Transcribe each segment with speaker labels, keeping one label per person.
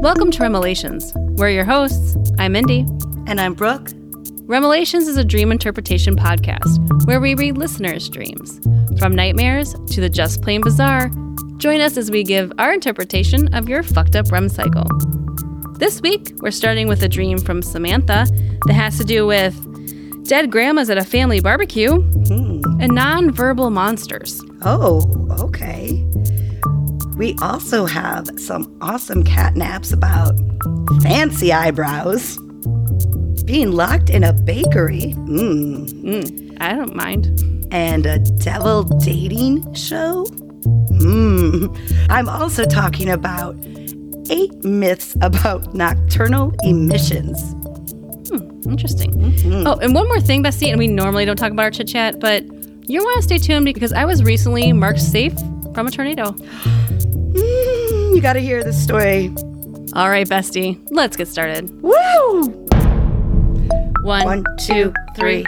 Speaker 1: Welcome to Remelations. We're your hosts. I'm Mindy.
Speaker 2: And I'm Brooke.
Speaker 1: Remelations is a dream interpretation podcast where we read listeners' dreams. From nightmares to the just plain bizarre, join us as we give our interpretation of your fucked up REM cycle. This week, we're starting with a dream from Samantha that has to do with dead grandmas at a family barbecue and nonverbal monsters.
Speaker 2: Oh, okay. We also have some awesome cat naps about fancy eyebrows, being locked in a bakery, mm,
Speaker 1: Mm, I don't mind.
Speaker 2: and a devil dating show. Mm. I'm also talking about eight myths about nocturnal emissions.
Speaker 1: Interesting. Oh, and one more thing, Bessie, and we normally don't talk about our chit chat, but you want to stay tuned because I was recently marked safe from a tornado.
Speaker 2: Mm, you got to hear this story.
Speaker 1: All right, Bestie, let's get started.
Speaker 2: Woo!
Speaker 1: One,
Speaker 2: One, two, three.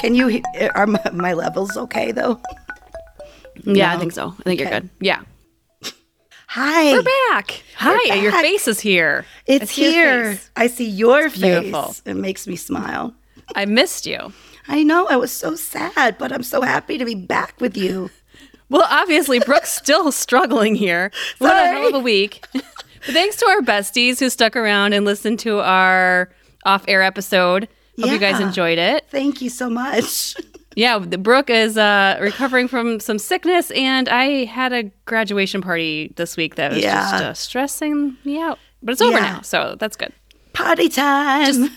Speaker 2: Can you? he- uh, Are my, my levels okay though?
Speaker 1: Yeah, I
Speaker 2: No.
Speaker 1: think so. I think you're
Speaker 2: Okay.
Speaker 1: good. Yeah.
Speaker 2: Hi.
Speaker 1: We're back. Hi, your
Speaker 2: back.
Speaker 1: face is here. I
Speaker 2: It's
Speaker 1: see your
Speaker 2: here.
Speaker 1: face.
Speaker 2: I see your face.
Speaker 1: beautiful.
Speaker 2: It makes me smile.
Speaker 1: I missed you.
Speaker 2: I know I was so sad, but I'm so happy to be back with you.
Speaker 1: Well, obviously, Brooke's still struggling here. What a hell of a
Speaker 2: Sorry.
Speaker 1: week. but thanks to our besties who stuck around and listened to our off air episode. Hope you guys
Speaker 2: Yeah.
Speaker 1: enjoyed it.
Speaker 2: Thank you so much.
Speaker 1: Yeah, the- Brooke is uh, recovering from some sickness, and I had a graduation party this week that was
Speaker 2: Yeah.
Speaker 1: just uh, stressing me out. But it's over
Speaker 2: Yeah.
Speaker 1: now, so that's good.
Speaker 2: Party time.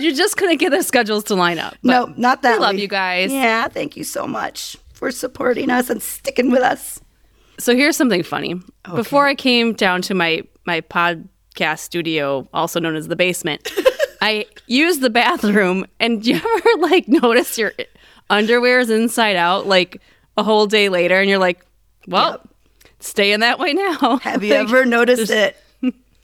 Speaker 1: You're just gonna get their schedules to line up. but
Speaker 2: no, not that.
Speaker 1: we love
Speaker 2: way.
Speaker 1: you guys.
Speaker 2: Yeah, thank you so much for supporting us and sticking with us.
Speaker 1: So here's something funny. Before I came down to my my podcast studio, also known as the basement, I used the bathroom. And do you ever like notice your underwear is inside out like a whole day later, and you're like, well. Staying that way now.
Speaker 2: Have you
Speaker 1: Like,
Speaker 2: ever noticed it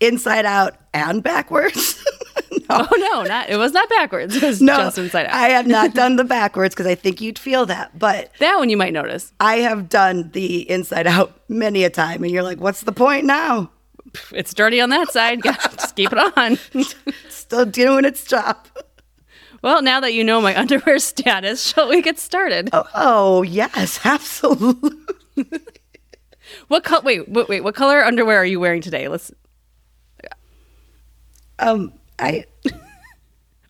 Speaker 2: inside out and backwards? no.
Speaker 1: Oh no, not it was not backwards. It was
Speaker 2: No,
Speaker 1: just inside out.
Speaker 2: I have not done the backwards because I think you'd feel that. But
Speaker 1: that one you might notice.
Speaker 2: I have done the inside out many a time, and you're like, what's the point now?
Speaker 1: Pff, It's dirty on that side. God, just keep it on.
Speaker 2: Still doing its job.
Speaker 1: well, now that you know my underwear status, shall we get started?
Speaker 2: Oh, oh yes, absolutely.
Speaker 1: What color? Wait, wait, wait. What color underwear are you wearing today? Let's.
Speaker 2: Um, I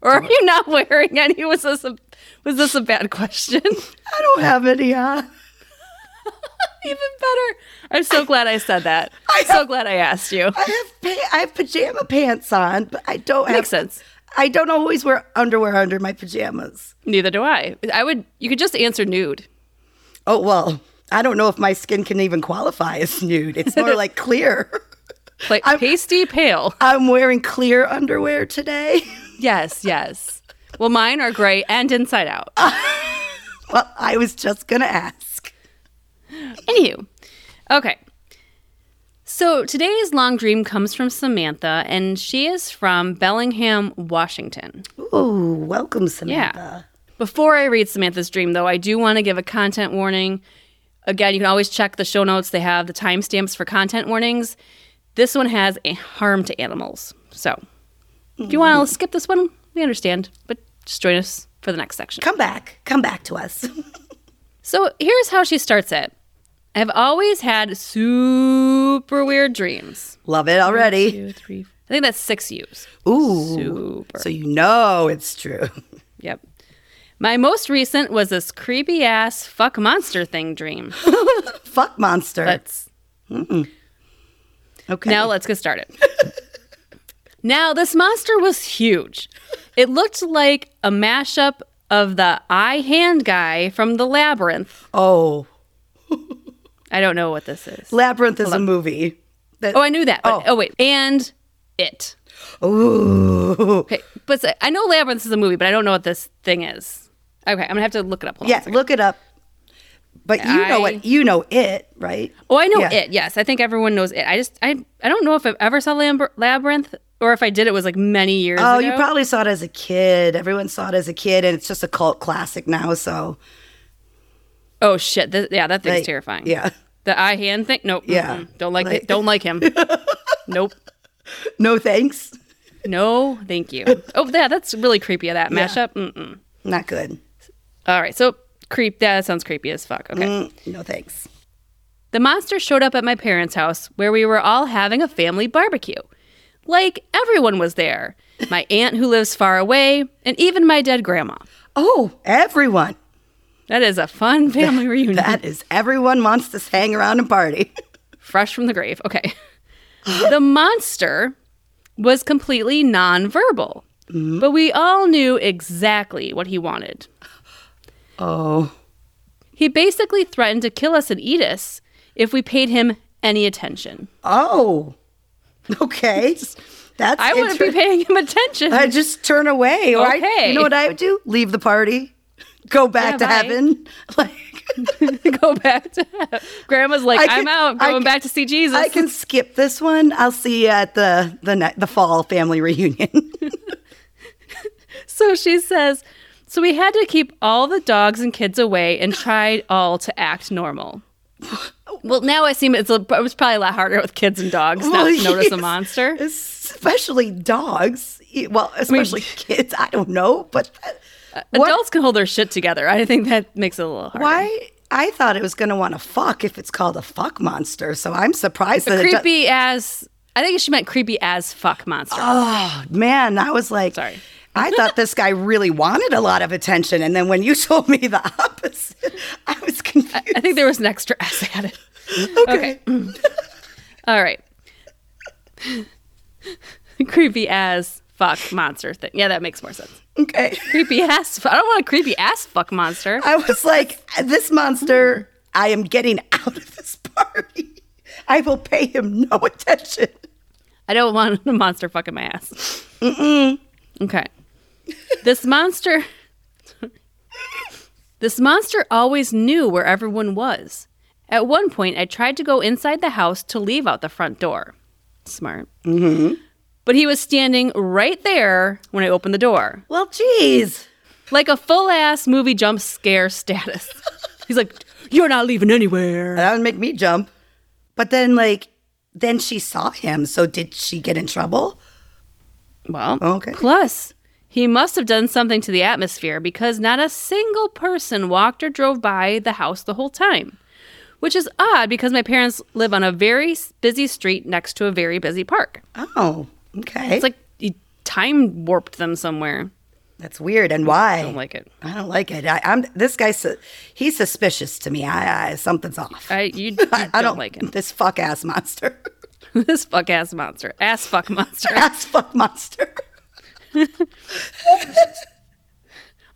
Speaker 1: Or are you not wearing any? Was this a was this a bad question?
Speaker 2: I don't have any. Uh,
Speaker 1: Even better. I'm so glad I said that.
Speaker 2: I
Speaker 1: I'm so glad I asked you.
Speaker 2: I have pa- I have pajama pants on, but I don't have.
Speaker 1: Makes sense.
Speaker 2: I don't always wear underwear under my pajamas.
Speaker 1: Neither do I. I would. You could just answer nude.
Speaker 2: Oh well, I don't know if my skin can even qualify as nude. It's more like clear.
Speaker 1: Like
Speaker 2: I'm-
Speaker 1: pasty pale.
Speaker 2: I'm wearing clear underwear today.
Speaker 1: Yes, yes. Well, mine are gray and inside out.
Speaker 2: well, I was just gonna ask.
Speaker 1: Anywho, okay. So today's long dream comes from Samantha, and she is from Bellingham, Washington.
Speaker 2: Ooh, welcome,
Speaker 1: Yeah.
Speaker 2: Samantha.
Speaker 1: Before I read Samantha's dream, though, I do want to give a content warning. Again, you can always check the show notes, they have the timestamps for content warnings. This one has a harm to animals. So if you want to skip this one, we understand, but just join us for the next section.
Speaker 2: Come back, come back to us.
Speaker 1: So here's how she starts it I've always had super weird dreams.
Speaker 2: Love it already.
Speaker 1: two, three. I think that's six U's.
Speaker 2: Ooh,
Speaker 1: Super.
Speaker 2: so you know it's true.
Speaker 1: Yep. My most recent was this creepy ass fuck monster thing dream.
Speaker 2: Fuck monster.
Speaker 1: Let's
Speaker 2: okay.
Speaker 1: now let's get started. now this monster was huge. It looked like a mashup of the eye hand guy from the labyrinth.
Speaker 2: oh,
Speaker 1: I don't know what this is.
Speaker 2: Labyrinth is a movie. That,
Speaker 1: Oh, I knew that. But, oh.
Speaker 2: Oh.
Speaker 1: wait, and it.
Speaker 2: Ooh.
Speaker 1: Okay, but s- I know labyrinth is a movie, but I don't know what this thing is. Okay, I'm gonna have to look it up. Hold on a
Speaker 2: Yeah,
Speaker 1: second.
Speaker 2: look it up. But you know
Speaker 1: I-
Speaker 2: what? You know it, right?
Speaker 1: Oh, I know
Speaker 2: Yeah.
Speaker 1: it. Yes, I think everyone knows it. I just I I don't know if I've ever saw Lamb- Labyrinth or if I did it was like many years
Speaker 2: Oh,
Speaker 1: ago.
Speaker 2: you probably saw it as a kid. Everyone saw it as a kid, and it's just a cult classic now. So,
Speaker 1: oh shit! Th- yeah, that thing's
Speaker 2: Like,
Speaker 1: terrifying.
Speaker 2: yeah.
Speaker 1: the eye hand thing. Nope.
Speaker 2: Yeah.
Speaker 1: Mm-mm. Don't like,
Speaker 2: Like-
Speaker 1: it. Don't like him. nope.
Speaker 2: No thanks.
Speaker 1: No, thank you. Oh, yeah, that's really creepy. That mashup. Mm-mm.
Speaker 2: Not good.
Speaker 1: All right, so creep. Yeah, that sounds creepy as fuck. Okay.
Speaker 2: Mm, no thanks.
Speaker 1: The monster showed up at my parents' house where we were all having a family barbecue. Like everyone was there. My aunt who lives far away, and even my dead grandma.
Speaker 2: Oh, everyone.
Speaker 1: That is a fun family reunion.
Speaker 2: That is everyone wants to hang around and party.
Speaker 1: Fresh from the grave. Okay. the monster was completely nonverbal, but we all knew exactly what he wanted.
Speaker 2: Oh,
Speaker 1: He basically threatened to kill us and eat us if we paid him any attention.
Speaker 2: oh, okay. That's
Speaker 1: I wouldn't be
Speaker 2: inter-
Speaker 1: paying him attention.
Speaker 2: I just turn away. Or I-
Speaker 1: Okay.
Speaker 2: you know what I would do? Leave the party, go back
Speaker 1: Yeah,
Speaker 2: to
Speaker 1: bye.
Speaker 2: heaven. Like
Speaker 1: go back to grandma's like
Speaker 2: I can-
Speaker 1: i'm out
Speaker 2: I
Speaker 1: going
Speaker 2: can-
Speaker 1: back to see jesus
Speaker 2: I can skip this one. I'll see you at the the ne- the fall family reunion.
Speaker 1: so she says so we had to keep all the dogs and kids away and tried all to act normal well now i seem it's a, it was probably a lot harder with kids and dogs not
Speaker 2: Well,
Speaker 1: to notice a
Speaker 2: yes.
Speaker 1: monster
Speaker 2: especially dogs. E- Well, especially kids. I don't know, but that- what-
Speaker 1: adults can hold their shit together i think that makes it a little harder
Speaker 2: why? I thought it was going to want to fuck if it's called a fuck monster. So I'm surprised that it
Speaker 1: creepy as i think she meant creepy as fuck monster
Speaker 2: do- man, I was like,
Speaker 1: Sorry.
Speaker 2: I thought this guy really wanted a lot of attention, and then when you told me the opposite, I was confused.
Speaker 1: i think there was an extra s added
Speaker 2: okay. Mm,
Speaker 1: All right. creepy as fuck monster thing. Yeah, that makes more sense.
Speaker 2: Okay.
Speaker 1: Creepy ass. I don't want a creepy ass fuck monster.
Speaker 2: I was like, this monster, I am getting out of this party. I will pay him no attention.
Speaker 1: I don't want a monster fucking my ass. Mm-mm. Okay. This monster. this monster always knew where everyone was. At one point, I tried to go inside the house to leave out the front door. Smart. Mm-hmm. But he was standing right there when I opened the door.
Speaker 2: Well, geez.
Speaker 1: like a full ass movie jump scare status. He's like, "You're not leaving anywhere."
Speaker 2: That would make me jump. But then, like, then she saw him. So did she get in trouble?
Speaker 1: Well,
Speaker 2: Oh, Okay.
Speaker 1: Plus, he must have done something to the atmosphere because not a single person walked or drove by the house the whole time, which is odd because my parents live on a very s- busy street next to a very busy park.
Speaker 2: Oh, okay.
Speaker 1: It's like he time warped them somewhere.
Speaker 2: That's weird. And why?
Speaker 1: I don't like it.
Speaker 2: I don't like it. I, I'm this guy. Su- he's suspicious to me. I, I something's off.
Speaker 1: I you, you don't,
Speaker 2: I don't
Speaker 1: like him.
Speaker 2: This fuck ass monster.
Speaker 1: this fuck ass monster, ass fuck monster.
Speaker 2: ass fuck monster.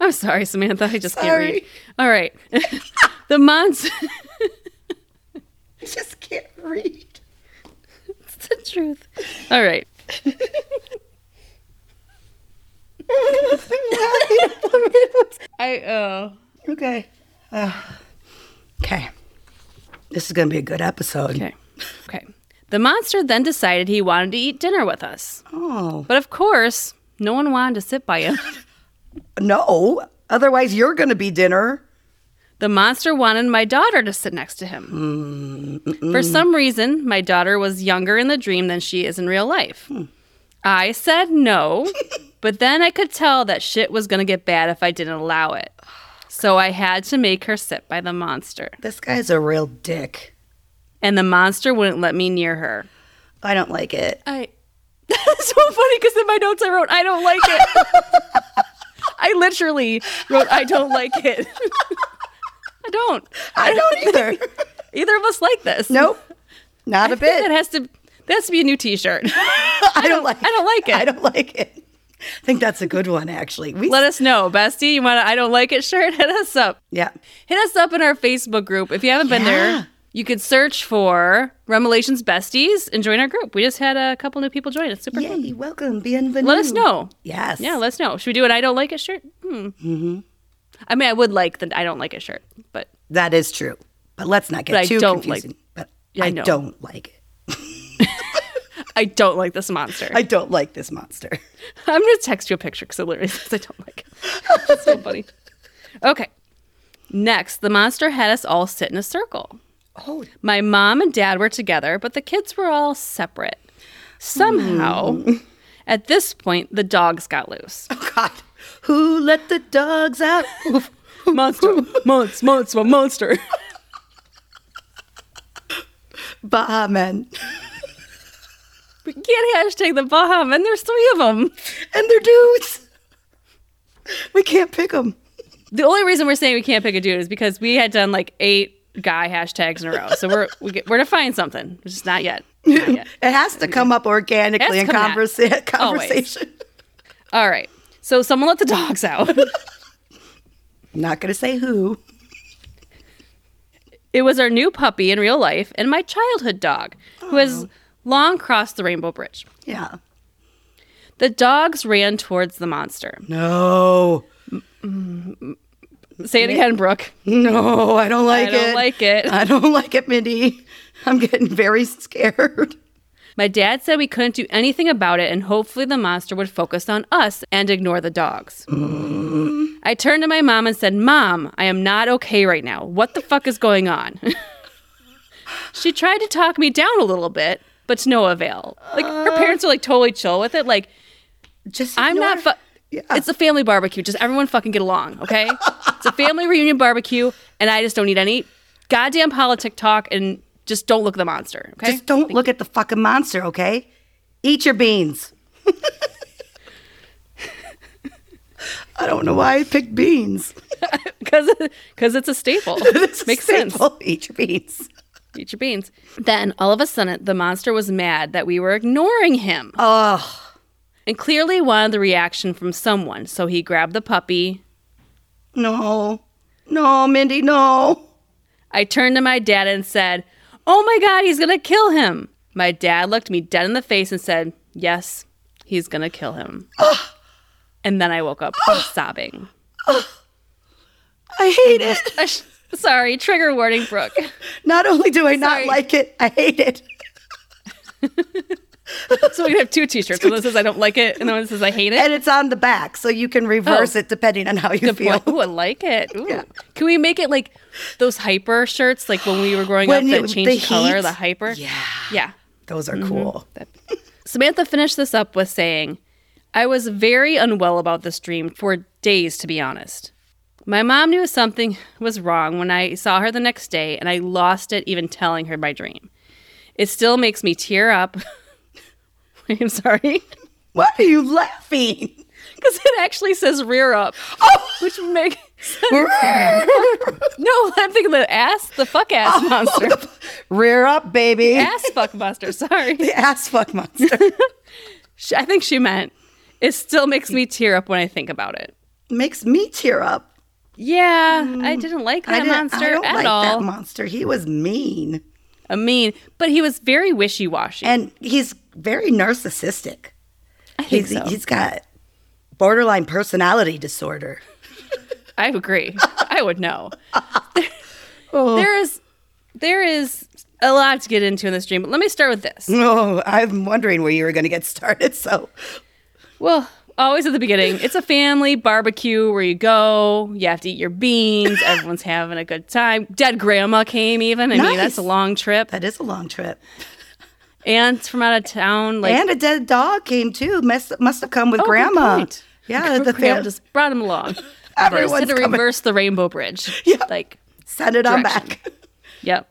Speaker 1: I'm sorry, Samantha. I just
Speaker 2: Sorry.
Speaker 1: can't read. All right. the monster.
Speaker 2: I just can't read.
Speaker 1: it's the truth. All right. I
Speaker 2: uh,
Speaker 1: oh.
Speaker 2: okay. Ah. okay. This is gonna be a good episode.
Speaker 1: Okay. Okay. The monster then decided he wanted to eat dinner with us.
Speaker 2: Oh
Speaker 1: But of course, no one wanted to sit by him.
Speaker 2: no! Otherwise, you're gonna be dinner.
Speaker 1: The monster wanted my daughter to sit next to him. For some reason, my daughter was younger in the dream than she is in real life. I said no, but then I could tell that shit was going to get bad if I didn't allow it. So I had to make her sit by the monster.
Speaker 2: This guy's a real dick.
Speaker 1: And the monster wouldn't let me near her.
Speaker 2: I don't like it.
Speaker 1: I. That's so funny because in my notes I wrote, I don't like it. I literally wrote, I don't like it. I don't.
Speaker 2: I don't either.
Speaker 1: Either of us like this.
Speaker 2: nope. Not a
Speaker 1: That
Speaker 2: bit.
Speaker 1: has to that has to be a new T-shirt.
Speaker 2: I don't like.
Speaker 1: I don't like it.
Speaker 2: I don't like it. I think that's a good one, actually. We
Speaker 1: Let us know, bestie. You want a I don't like it shirt? Hit us up.
Speaker 2: yeah.
Speaker 1: Hit us up in our Facebook group if you haven't been
Speaker 2: Yeah.
Speaker 1: there. You could search for Remelations Besties and join our group. We just had a couple new people join. It's super fun.
Speaker 2: Yay! Welcome, bienvenue.
Speaker 1: Let us know.
Speaker 2: Yes.
Speaker 1: Yeah, let us know. Should we do an I don't like it shirt? Hmm. Mm-hmm. I mean, I would like the I don't like it shirt, but
Speaker 2: that is true. But let's not get
Speaker 1: But I
Speaker 2: too
Speaker 1: don't like-
Speaker 2: confusing. but
Speaker 1: Yeah, I
Speaker 2: I,
Speaker 1: know.
Speaker 2: don't like it.
Speaker 1: I don't like this monster.
Speaker 2: I don't like this monster.
Speaker 1: I'm gonna text you a picture because it literally says I don't like it. It's so funny. Okay. Next, the monster had us all sit in a circle.
Speaker 2: Oh,
Speaker 1: My mom and dad were together, but the kids were all separate. Somehow, at this point, the dogs got loose.
Speaker 2: Oh, God. Who let the dogs out? Oof.
Speaker 1: Monster, monster, monster, monster.
Speaker 2: Bah, man.
Speaker 1: We can't hashtag the Baham, and there's three of them.
Speaker 2: And they're dudes. We can't pick them.
Speaker 1: The only reason we're saying we can't pick a dude is because we had done like eight guy hashtags in a row. So we're we get, we're to find something. It's just not yet. Not
Speaker 2: It
Speaker 1: yet.
Speaker 2: has to come up organically
Speaker 1: It has
Speaker 2: in
Speaker 1: to come out.
Speaker 2: conversa-
Speaker 1: Always.
Speaker 2: conversation.
Speaker 1: All right. So someone let the dogs out.
Speaker 2: I'm not going to say who.
Speaker 1: It was our new puppy in real life and my childhood dog, who has long crossed the Rainbow Bridge.
Speaker 2: Yeah.
Speaker 1: The dogs ran towards the monster.
Speaker 2: No.
Speaker 1: Say it again, Brooke.
Speaker 2: No, I don't like
Speaker 1: I
Speaker 2: it.
Speaker 1: don't like it.
Speaker 2: I don't like it, Mindy. I'm getting very scared.
Speaker 1: My dad said we couldn't do anything about it and hopefully the monster would focus on us and ignore the dogs. I turned to my mom and said, Mom, I am not okay right now. What the fuck is going on? she tried to talk me down a little bit, but to no avail. Like, her parents are like totally chill with it. Like,
Speaker 2: Just
Speaker 1: I'm
Speaker 2: ignore
Speaker 1: not. Fu-
Speaker 2: Yeah.
Speaker 1: It's a family barbecue. Just everyone fucking get along, okay? it's a family reunion barbecue, and I just don't need any goddamn politic talk and just don't look at the monster, okay?
Speaker 2: Just don't look at the fucking monster, okay? Eat your beans. I don't know why I picked beans.
Speaker 1: because because it's a staple.
Speaker 2: This
Speaker 1: Makes sense.
Speaker 2: Eat your beans.
Speaker 1: Eat your beans. Then all of a sudden, the monster was mad that we were ignoring him,
Speaker 2: Oh,
Speaker 1: and clearly wanted the reaction from someone. So he grabbed the puppy.
Speaker 2: no. No, Mindy, no.
Speaker 1: I turned to my dad and said, "Oh my God, he's gonna kill him!" My dad looked me dead in the face and said, "Yes, he's gonna kill him." and then I woke up from sobbing.
Speaker 2: I hate it.
Speaker 1: Ash- Sorry, trigger warning, Brooke.
Speaker 2: Not only do I
Speaker 1: Sorry.
Speaker 2: not like it, I hate it.
Speaker 1: So we have two T-shirts. One that says I don't like it, and the one that says I hate it.
Speaker 2: And it's on the back, so you can reverse
Speaker 1: Oh.
Speaker 2: it depending on how you
Speaker 1: Good
Speaker 2: feel.
Speaker 1: point. Ooh, I like it. Ooh.
Speaker 2: Yeah.
Speaker 1: Can we make it like those hyper shirts, like when we were growing
Speaker 2: When
Speaker 1: up,
Speaker 2: it-
Speaker 1: that
Speaker 2: the
Speaker 1: changed color,
Speaker 2: heat?
Speaker 1: the hyper?
Speaker 2: Yeah.
Speaker 1: Yeah.
Speaker 2: Those
Speaker 1: Mm-hmm.
Speaker 2: are cool.
Speaker 1: Samantha finished this up with saying, I was very unwell about this dream for days, to be honest. My mom knew something was wrong when I saw her the next day, and I lost it even telling her my dream. It still makes me tear up. I'm sorry.
Speaker 2: Why are you laughing?
Speaker 1: Because it actually says rear up, which would make No, I'm thinking the ass, the fuck ass
Speaker 2: Oh,
Speaker 1: monster.
Speaker 2: Rear up, baby.
Speaker 1: ass fuck monster, sorry.
Speaker 2: Ass fuck monster.
Speaker 1: She- I think she meant it still makes me tear up when I think about it.
Speaker 2: Makes me tear up.
Speaker 1: Yeah, Mm. I didn't like that
Speaker 2: didn't-
Speaker 1: monster
Speaker 2: I don't
Speaker 1: at
Speaker 2: like
Speaker 1: all.
Speaker 2: that monster. He was mean,
Speaker 1: I mean, but he was very wishy washy.
Speaker 2: and he's very narcissistic.
Speaker 1: I think
Speaker 2: he's,
Speaker 1: so.
Speaker 2: he's got borderline personality disorder.
Speaker 1: I agree. I would know. There is there is a lot to get into in this dream, but let me start with this.
Speaker 2: Oh, I'm wondering where you were going to get started. So,
Speaker 1: Well, always at the beginning. It's a family barbecue where you go, you have to eat your beans, everyone's having a good time. Dead grandma came even. I mean, that's
Speaker 2: Nice.
Speaker 1: a long trip.
Speaker 2: that is a long trip.
Speaker 1: Aunt's from out of town. Like
Speaker 2: and a dead dog came too. Must must have come with
Speaker 1: Oh, good
Speaker 2: grandma.
Speaker 1: point.
Speaker 2: Yeah, the
Speaker 1: grandma
Speaker 2: fam-
Speaker 1: just brought him along. they just
Speaker 2: Everyone's
Speaker 1: had to
Speaker 2: coming.
Speaker 1: reverse the rainbow bridge.
Speaker 2: Yeah.
Speaker 1: Like,
Speaker 2: send it on
Speaker 1: direction.
Speaker 2: back.
Speaker 1: yep.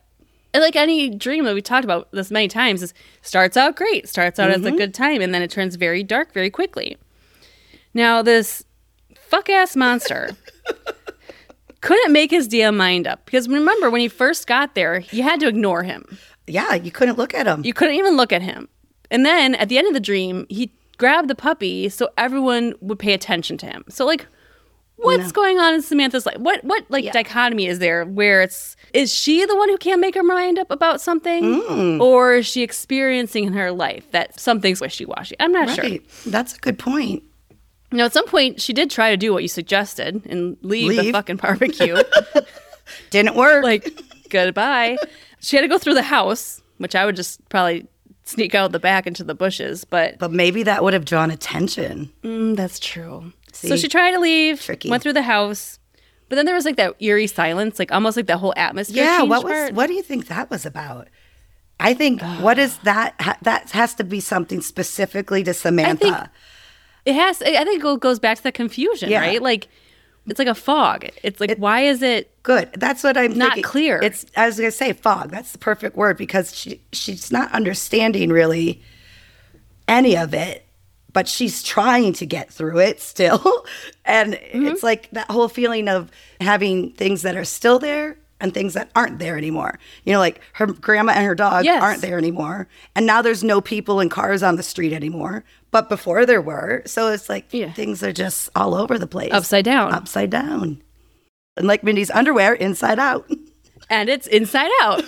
Speaker 1: And like any dream that we talked about this many times is starts out great, starts out
Speaker 2: Mm-hmm.
Speaker 1: as a good time, and then it turns very dark very quickly. Now this fuck ass monster couldn't make his damn mind up because remember when he first got there, you had to ignore him.
Speaker 2: Yeah, you couldn't look at him.
Speaker 1: You couldn't even look at him. And then at the end of the dream, he grabbed the puppy so everyone would pay attention to him. So like what's going on in Samantha's life? What what like dichotomy is there where it's is she the one who can't make her mind up about something
Speaker 2: Mm.
Speaker 1: or is she experiencing in her life that something's wishy-washy? I'm not sure.
Speaker 2: Right. That's a good point.
Speaker 1: Now at some point she did try to do what you suggested and leave. the
Speaker 2: Leave.
Speaker 1: fucking barbecue.
Speaker 2: Didn't work.
Speaker 1: like goodbye. She had to go through the house, which I would just probably sneak out the back into the bushes, but
Speaker 2: but maybe that would have drawn attention.
Speaker 1: Mm, that's true. so
Speaker 2: See?
Speaker 1: she tried to leave,
Speaker 2: Tricky.
Speaker 1: went through the house, but then there was like that eerie silence, like almost like that whole atmosphere.
Speaker 2: Yeah,
Speaker 1: change
Speaker 2: what was
Speaker 1: part.
Speaker 2: what do you think that was about? I think what is that? ha- That has to be something specifically to Samantha.
Speaker 1: It has. I I think it goes back to that confusion,
Speaker 2: Yeah.
Speaker 1: right? Like it's like a fog. It's like why is it?
Speaker 2: Good. That's what I'm
Speaker 1: Not
Speaker 2: thinking.
Speaker 1: clear.
Speaker 2: It's I was gonna say fog. That's the perfect word because she she's not understanding really any of it, but she's trying to get through it still. And
Speaker 1: Mm-hmm.
Speaker 2: it's like that whole feeling of having things that are still there and things that aren't there anymore. You know, like her grandma and her dog
Speaker 1: Yes.
Speaker 2: aren't there anymore. And now there's no people and cars on the street anymore. But before there were. So it's like
Speaker 1: Yeah.
Speaker 2: things are just all over the place.
Speaker 1: Upside down.
Speaker 2: Upside down and like Mindy's underwear inside out.
Speaker 1: And it's inside out.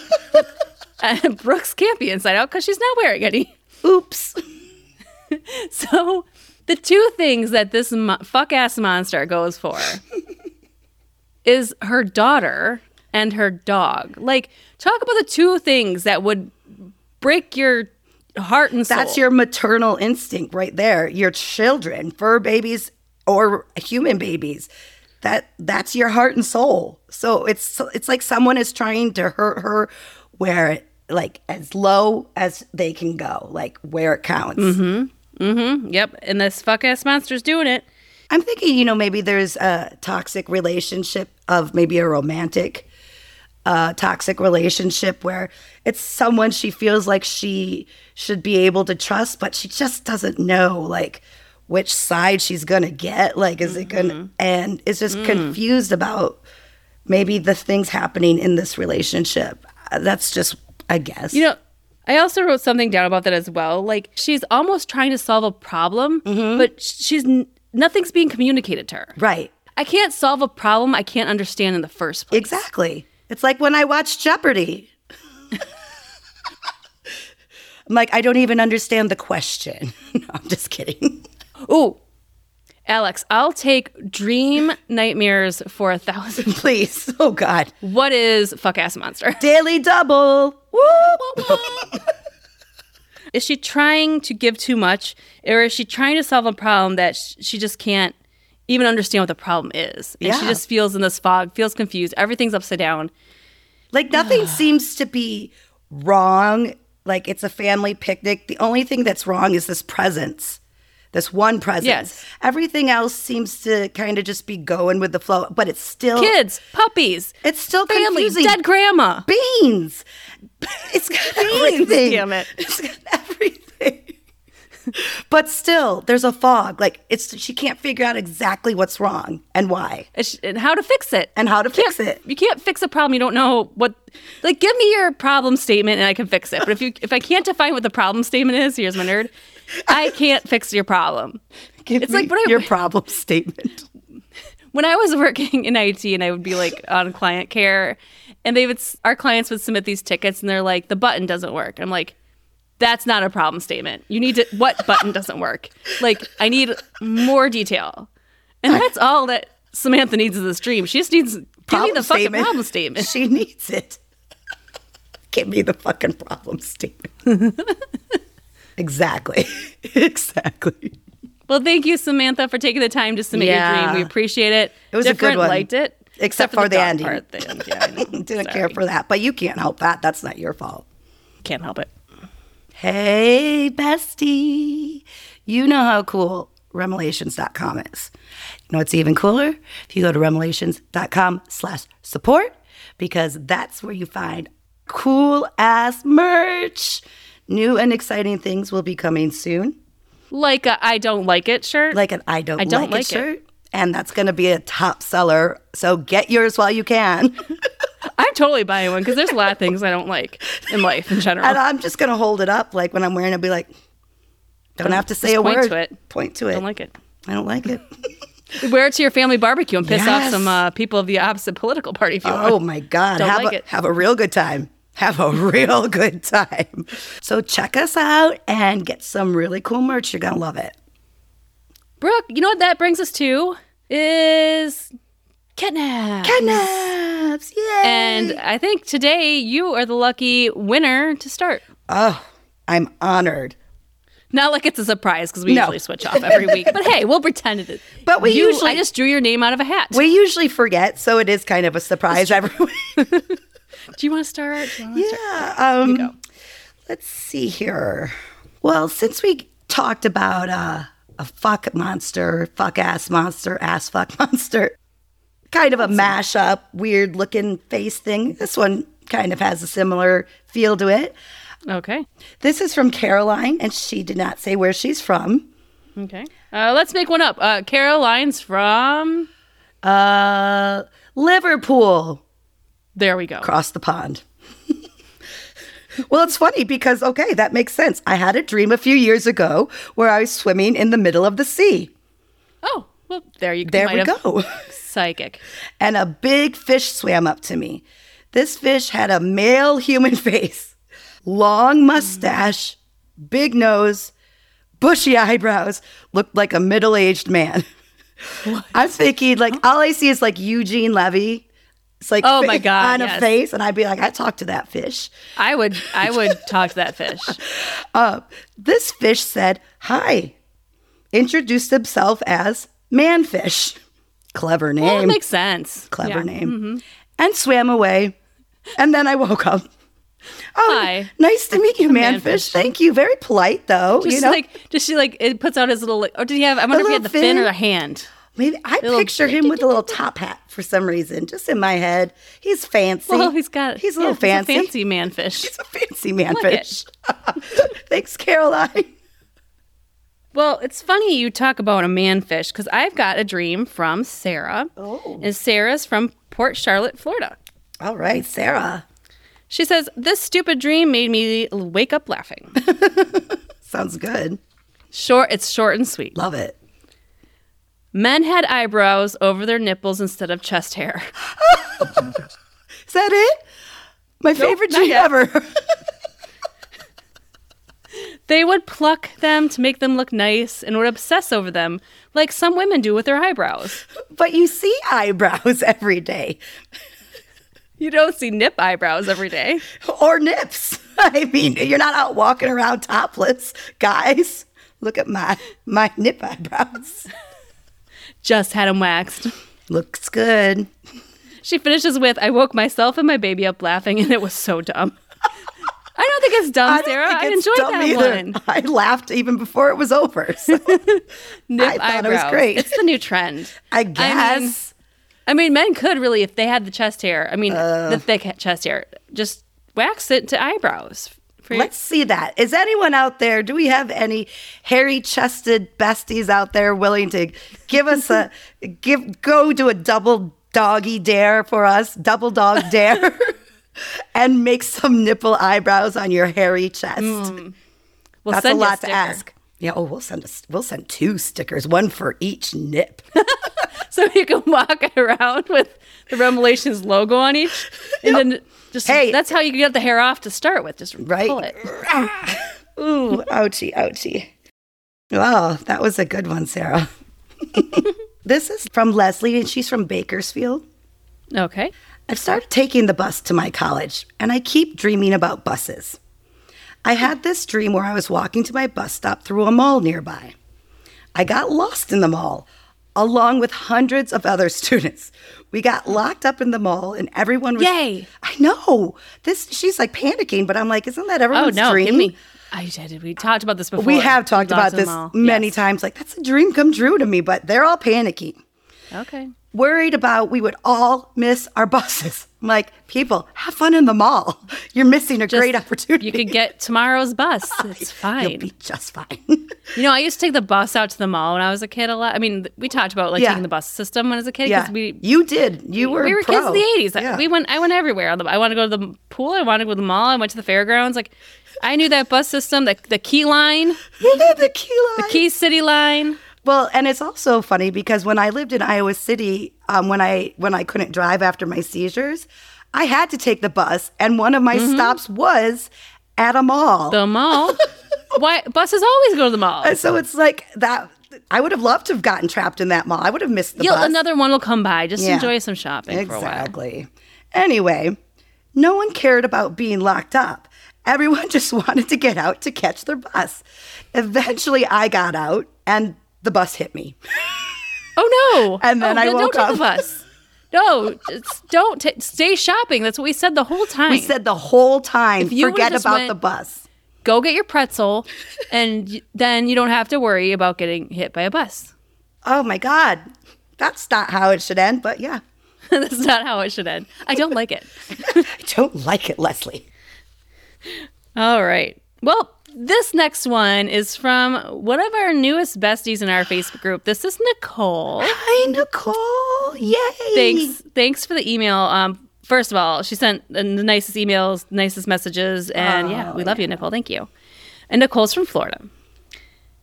Speaker 1: and Brooks can't be inside out because she's not wearing any.
Speaker 2: Oops.
Speaker 1: So the two things that this mo- fuck ass monster goes for is her daughter and her dog. Like talk about the two things that would break your heart and soul.
Speaker 2: That's your maternal instinct right there. Your children, fur babies or human babies. That that's your heart and soul. So it's it's like someone is trying to hurt her where it like as low as they can go, like where it counts.
Speaker 1: Yep, and this fuck ass monster's doing it.
Speaker 2: I'm thinking, you know, maybe there's a toxic relationship of maybe a romantic uh, toxic relationship where it's someone she feels like she should be able to trust, but she just doesn't know like which side she's gonna get. Like, is it
Speaker 1: Mm-hmm.
Speaker 2: gonna and is just
Speaker 1: Mm.
Speaker 2: confused about maybe the things happening in this relationship. Uh, That's just, I guess.
Speaker 1: You know, I also wrote something down about that as well. Like she's almost trying to solve a problem, but she's n- nothing's being communicated to her.
Speaker 2: Mm-hmm. right?
Speaker 1: I can't solve a problem I can't understand in the first place.
Speaker 2: Exactly. It's like when I watch Jeopardy. I'm like, I don't even understand the question. No, I'm just kidding.
Speaker 1: Ooh, Alex, I'll take dream nightmares for a thousand.
Speaker 2: Please. Oh, God.
Speaker 1: What is fuck ass monster?
Speaker 2: Daily double. Woo!
Speaker 1: Is she trying to give too much, or is she trying to solve a problem that sh- she just can't even understand what the problem is? And she
Speaker 2: Yeah.
Speaker 1: just feels in this fog, feels confused. Everything's upside down.
Speaker 2: like, nothing seems to be wrong. Like, it's a family picnic. The only thing that's wrong is this presence, this one presence.
Speaker 1: Yes.
Speaker 2: Everything else seems to kind of just be going with the flow, but it's still,
Speaker 1: Kids, puppies,
Speaker 2: it's still
Speaker 1: family,
Speaker 2: confusing.
Speaker 1: dead grandma.
Speaker 2: beans. It's got everything.
Speaker 1: damn it.
Speaker 2: It's got everything. but still, there's a fog. Like it's she can't figure out exactly what's wrong and why
Speaker 1: It's- And how to fix it.
Speaker 2: and how to fix it.
Speaker 1: You can't fix a problem you don't know what. Like, give me your problem statement and I can fix it. But if you if I can't define what the problem statement is, here's my nerd. I can't fix your problem.
Speaker 2: Give
Speaker 1: It's
Speaker 2: me
Speaker 1: like what I-
Speaker 2: your problem statement.
Speaker 1: when I was working in IT and I would be like on client care and they would our clients would submit these tickets and they're like the button doesn't work. I'm like that's not a problem statement. You need to what button doesn't work? Like I need more detail. And that's all that Samantha needs in this dream. She just needs give me the fucking problem statement.
Speaker 2: She needs it. Give me the fucking problem statement. exactly. exactly.
Speaker 1: Well, thank you Samantha for taking the time to submit your
Speaker 2: Yeah.
Speaker 1: dream. We appreciate it.
Speaker 2: It was a good
Speaker 1: Different,
Speaker 2: one.
Speaker 1: Liked it.
Speaker 2: Except for the
Speaker 1: dog
Speaker 2: ending.
Speaker 1: Part thing. Yeah, I know.
Speaker 2: Didn't
Speaker 1: Sorry.
Speaker 2: care for that, but you can't help that. That's not your fault.
Speaker 1: Can't help it.
Speaker 2: Hey, bestie. You know how cool Remelations.com is. You know what's even cooler? If you go to Remelations.com slash support, because that's where you find cool ass merch. New and exciting things will be coming soon,
Speaker 1: Like a I don't like it shirt.
Speaker 2: like an I Don't,
Speaker 1: I don't
Speaker 2: Like,
Speaker 1: like it.
Speaker 2: It shirt. And that's going to be a top seller. So get yours while you can.
Speaker 1: I'm totally buying one because there's a lot of things I don't like in life in general.
Speaker 2: and I'm just going to hold it up. Like when I'm wearing it, be like, don't, have to say
Speaker 1: just
Speaker 2: a
Speaker 1: point
Speaker 2: word.
Speaker 1: to it.
Speaker 2: Point to it.
Speaker 1: don't like it.
Speaker 2: I don't like it.
Speaker 1: Wear it to your family barbecue and piss off
Speaker 2: Yes.
Speaker 1: some uh, people of the opposite political party if you want.
Speaker 2: Oh my God.
Speaker 1: Don't
Speaker 2: have,
Speaker 1: like
Speaker 2: a,
Speaker 1: it.
Speaker 2: have a real good time. Have a real good time. So check us out and get some really cool merch. You're going to love it.
Speaker 1: Brooke, you know what that brings us to is catnap.
Speaker 2: Knives. Yay.
Speaker 1: And I think today you are the lucky winner to start.
Speaker 2: oh, I'm honored.
Speaker 1: Not like it's a surprise because we
Speaker 2: No.
Speaker 1: usually switch off every week. But hey, we'll pretend it is.
Speaker 2: But we
Speaker 1: You-
Speaker 2: usually-
Speaker 1: I just drew your name out of a hat.
Speaker 2: We usually forget, so it is kind of a surprise every week.
Speaker 1: Do you want to start? Do you want to start?
Speaker 2: Yeah. Um,
Speaker 1: You go.
Speaker 2: Let's see here. Well, since we talked about uh, a fuck monster, fuck ass monster, ass fuck monster, kind of a mashup, weird looking face thing, this one kind of has a similar feel to it.
Speaker 1: Okay.
Speaker 2: This is from Caroline, and she did not say where she's from.
Speaker 1: Okay. Uh, let's make one up. Uh, Caroline's from.
Speaker 2: Uh, Liverpool,
Speaker 1: There we go.
Speaker 2: across the pond. well, it's funny because, okay, that makes sense. I had a dream a few years ago where I was swimming in the middle of the sea.
Speaker 1: Oh, well, there you
Speaker 2: There
Speaker 1: might
Speaker 2: we
Speaker 1: have-
Speaker 2: go.
Speaker 1: Psychic.
Speaker 2: and a big fish swam up to me. This fish had a male human face, long mustache, big nose, bushy eyebrows, looked like a middle aged man. I'm thinking, like, all I see is like Eugene Levy. It's like,
Speaker 1: Oh my God,
Speaker 2: on
Speaker 1: yes.
Speaker 2: a face. And I'd be like, I talked to that fish.
Speaker 1: I would. I would talk to that fish.
Speaker 2: Uh, this fish said, Hi, introduced himself as Manfish. Clever name.
Speaker 1: Well, it makes sense.
Speaker 2: clever
Speaker 1: Oh Yeah. Mm-hmm.
Speaker 2: name, and swam away. And then I woke up. Oh,
Speaker 1: Hi.
Speaker 2: nice to meet you,
Speaker 1: manfish.
Speaker 2: manfish. Thank you. Very polite, though.
Speaker 1: Just
Speaker 2: you know,
Speaker 1: like, just she like, it puts out his little. Like, oh, did he have? I wonder
Speaker 2: A
Speaker 1: if he had the
Speaker 2: little
Speaker 1: fin or
Speaker 2: fin.
Speaker 1: a hand.
Speaker 2: maybe I picture him with a little top hat for some reason, just in my head. He's fancy.
Speaker 1: Well, he's got.
Speaker 2: He's a little
Speaker 1: yeah,
Speaker 2: fancy.
Speaker 1: He's a fancy man fish.
Speaker 2: He's a fancy manfish. Thanks, Caroline.
Speaker 1: Well, it's funny you talk about a manfish because I've got a dream from Sarah.
Speaker 2: Oh.
Speaker 1: And Sarah's from Port Charlotte, Florida.
Speaker 2: All right, Sarah.
Speaker 1: She says, This stupid dream made me wake up laughing.
Speaker 2: Sounds good.
Speaker 1: short, it's short and sweet.
Speaker 2: Love it.
Speaker 1: Men had eyebrows over their nipples instead of chest hair.
Speaker 2: Is that it? My favorite
Speaker 1: not
Speaker 2: dream
Speaker 1: yet.
Speaker 2: ever.
Speaker 1: They would pluck them to make them look nice and would obsess over them, like some women do with their eyebrows.
Speaker 2: but you see eyebrows every day,
Speaker 1: You don't see nip eyebrows every day.
Speaker 2: or nips. I mean, you're not out walking around topless, guys. Look at my my nip eyebrows.
Speaker 1: Just had them waxed.
Speaker 2: Looks good.
Speaker 1: She finishes with, I woke myself and my baby up laughing, and it was so dumb. I don't think it's dumb, Ah, Sarah. I
Speaker 2: it's
Speaker 1: enjoyed
Speaker 2: dumb
Speaker 1: that
Speaker 2: either.
Speaker 1: one.
Speaker 2: I laughed even before it was over. So
Speaker 1: Nip
Speaker 2: I thought it was
Speaker 1: eyebrows.
Speaker 2: great.
Speaker 1: It's the new trend.
Speaker 2: I guess.
Speaker 1: I mean, men could really, if they had the chest hair, I mean, the thick he- chest hair, just wax it to eyebrows. For your-
Speaker 2: Let's see that. Is anyone out there? Do we have any hairy-chested besties out there willing to give us a give go do a double doggy dare for us? Double dog dare. And make some nipple eyebrows on your hairy chest.
Speaker 1: Mm, we'll
Speaker 2: That's
Speaker 1: send
Speaker 2: a
Speaker 1: you
Speaker 2: lot to
Speaker 1: sticker.
Speaker 2: ask. Yeah. Oh, we'll send us. We'll send two stickers, one for each nip.
Speaker 1: So you can walk around with the Revelations logo on each. And then just,
Speaker 2: Hey.
Speaker 1: that's how you get the hair off to start with. Just
Speaker 2: Right.
Speaker 1: pull it.
Speaker 2: Ooh, ouchie, ouchie. Wow, that was a good one, Sarah. this is from Leslie, and she's from Bakersfield.
Speaker 1: Okay.
Speaker 2: I've started taking the bus to my college, and I keep dreaming about buses. I had this dream where I was walking to my bus stop through a mall nearby. I got lost in the mall, along with hundreds of other students. We got locked up in the mall, and everyone was.
Speaker 1: Yay.
Speaker 2: I know this. She's like panicking, but I'm like, isn't that
Speaker 1: Oh,
Speaker 2: everyone's
Speaker 1: no.
Speaker 2: dream?
Speaker 1: Give me. I did. We talked about this before.
Speaker 2: We have talked about
Speaker 1: Lost in
Speaker 2: this
Speaker 1: the mall.
Speaker 2: many
Speaker 1: Yes.
Speaker 2: times. Like that's a dream come true to me, but they're all panicking
Speaker 1: Okay.
Speaker 2: worried about we would all miss our buses. I'm like, people, have fun in the mall. You're missing a great opportunity.
Speaker 1: You could get tomorrow's bus. It's
Speaker 2: You'll
Speaker 1: fine.
Speaker 2: be just fine.
Speaker 1: you know, I used to take the bus out to the mall when I was a kid a lot. I mean, th- we talked about like
Speaker 2: Yeah.
Speaker 1: taking the bus system when I was a kid because
Speaker 2: yeah,
Speaker 1: we
Speaker 2: you did. You were
Speaker 1: we were
Speaker 2: pro.
Speaker 1: kids in the eighties.
Speaker 2: Yeah.
Speaker 1: We went. I went everywhere. On the- I want to go to the pool. I want to go to the mall. I went to the fairgrounds. Like, I knew that bus system, the the Key Line,
Speaker 2: You did the key line.
Speaker 1: Key City Line.
Speaker 2: Well, and it's also funny because when I lived in Iowa City, um, when I when I couldn't drive after my seizures, I had to take the bus, and one of my stops was at a mall.
Speaker 1: Mm-hmm. The mall. Why buses always go to the mall?
Speaker 2: And so it's like that. I would have loved to have gotten trapped in that mall. I would have missed the
Speaker 1: You'll,
Speaker 2: bus.
Speaker 1: another one will come by. Just
Speaker 2: Yeah.
Speaker 1: enjoy some shopping for a while.
Speaker 2: Exactly. Anyway, no one cared about being locked up. Everyone just wanted to get out to catch their bus. Eventually, I got out and the bus hit me.
Speaker 1: Oh no!
Speaker 2: And then
Speaker 1: Oh,
Speaker 2: I
Speaker 1: don't- don't
Speaker 2: woke
Speaker 1: take
Speaker 2: up.
Speaker 1: the bus. No, just don't t- stay shopping. That's what we said the whole time.
Speaker 2: We said the whole time,
Speaker 1: If you would've
Speaker 2: forget
Speaker 1: just
Speaker 2: about
Speaker 1: went-
Speaker 2: the bus.
Speaker 1: go get your pretzel, and y- then you don't have to worry about getting hit by a bus.
Speaker 2: Oh my God. That's not how it should end, but yeah.
Speaker 1: That's not how it should end. I don't like it.
Speaker 2: I don't like it, Leslie.
Speaker 1: All right. Well, this next one is from one of our newest besties in our Facebook group. This is Nicole.
Speaker 2: Hi, Nicole. Yay.
Speaker 1: Thanks. Thanks for the email. Um, first of all, she sent the nicest emails, nicest messages,
Speaker 2: Oh,
Speaker 1: and yeah, we love you, Nicole. Thank you. And Nicole's from Florida.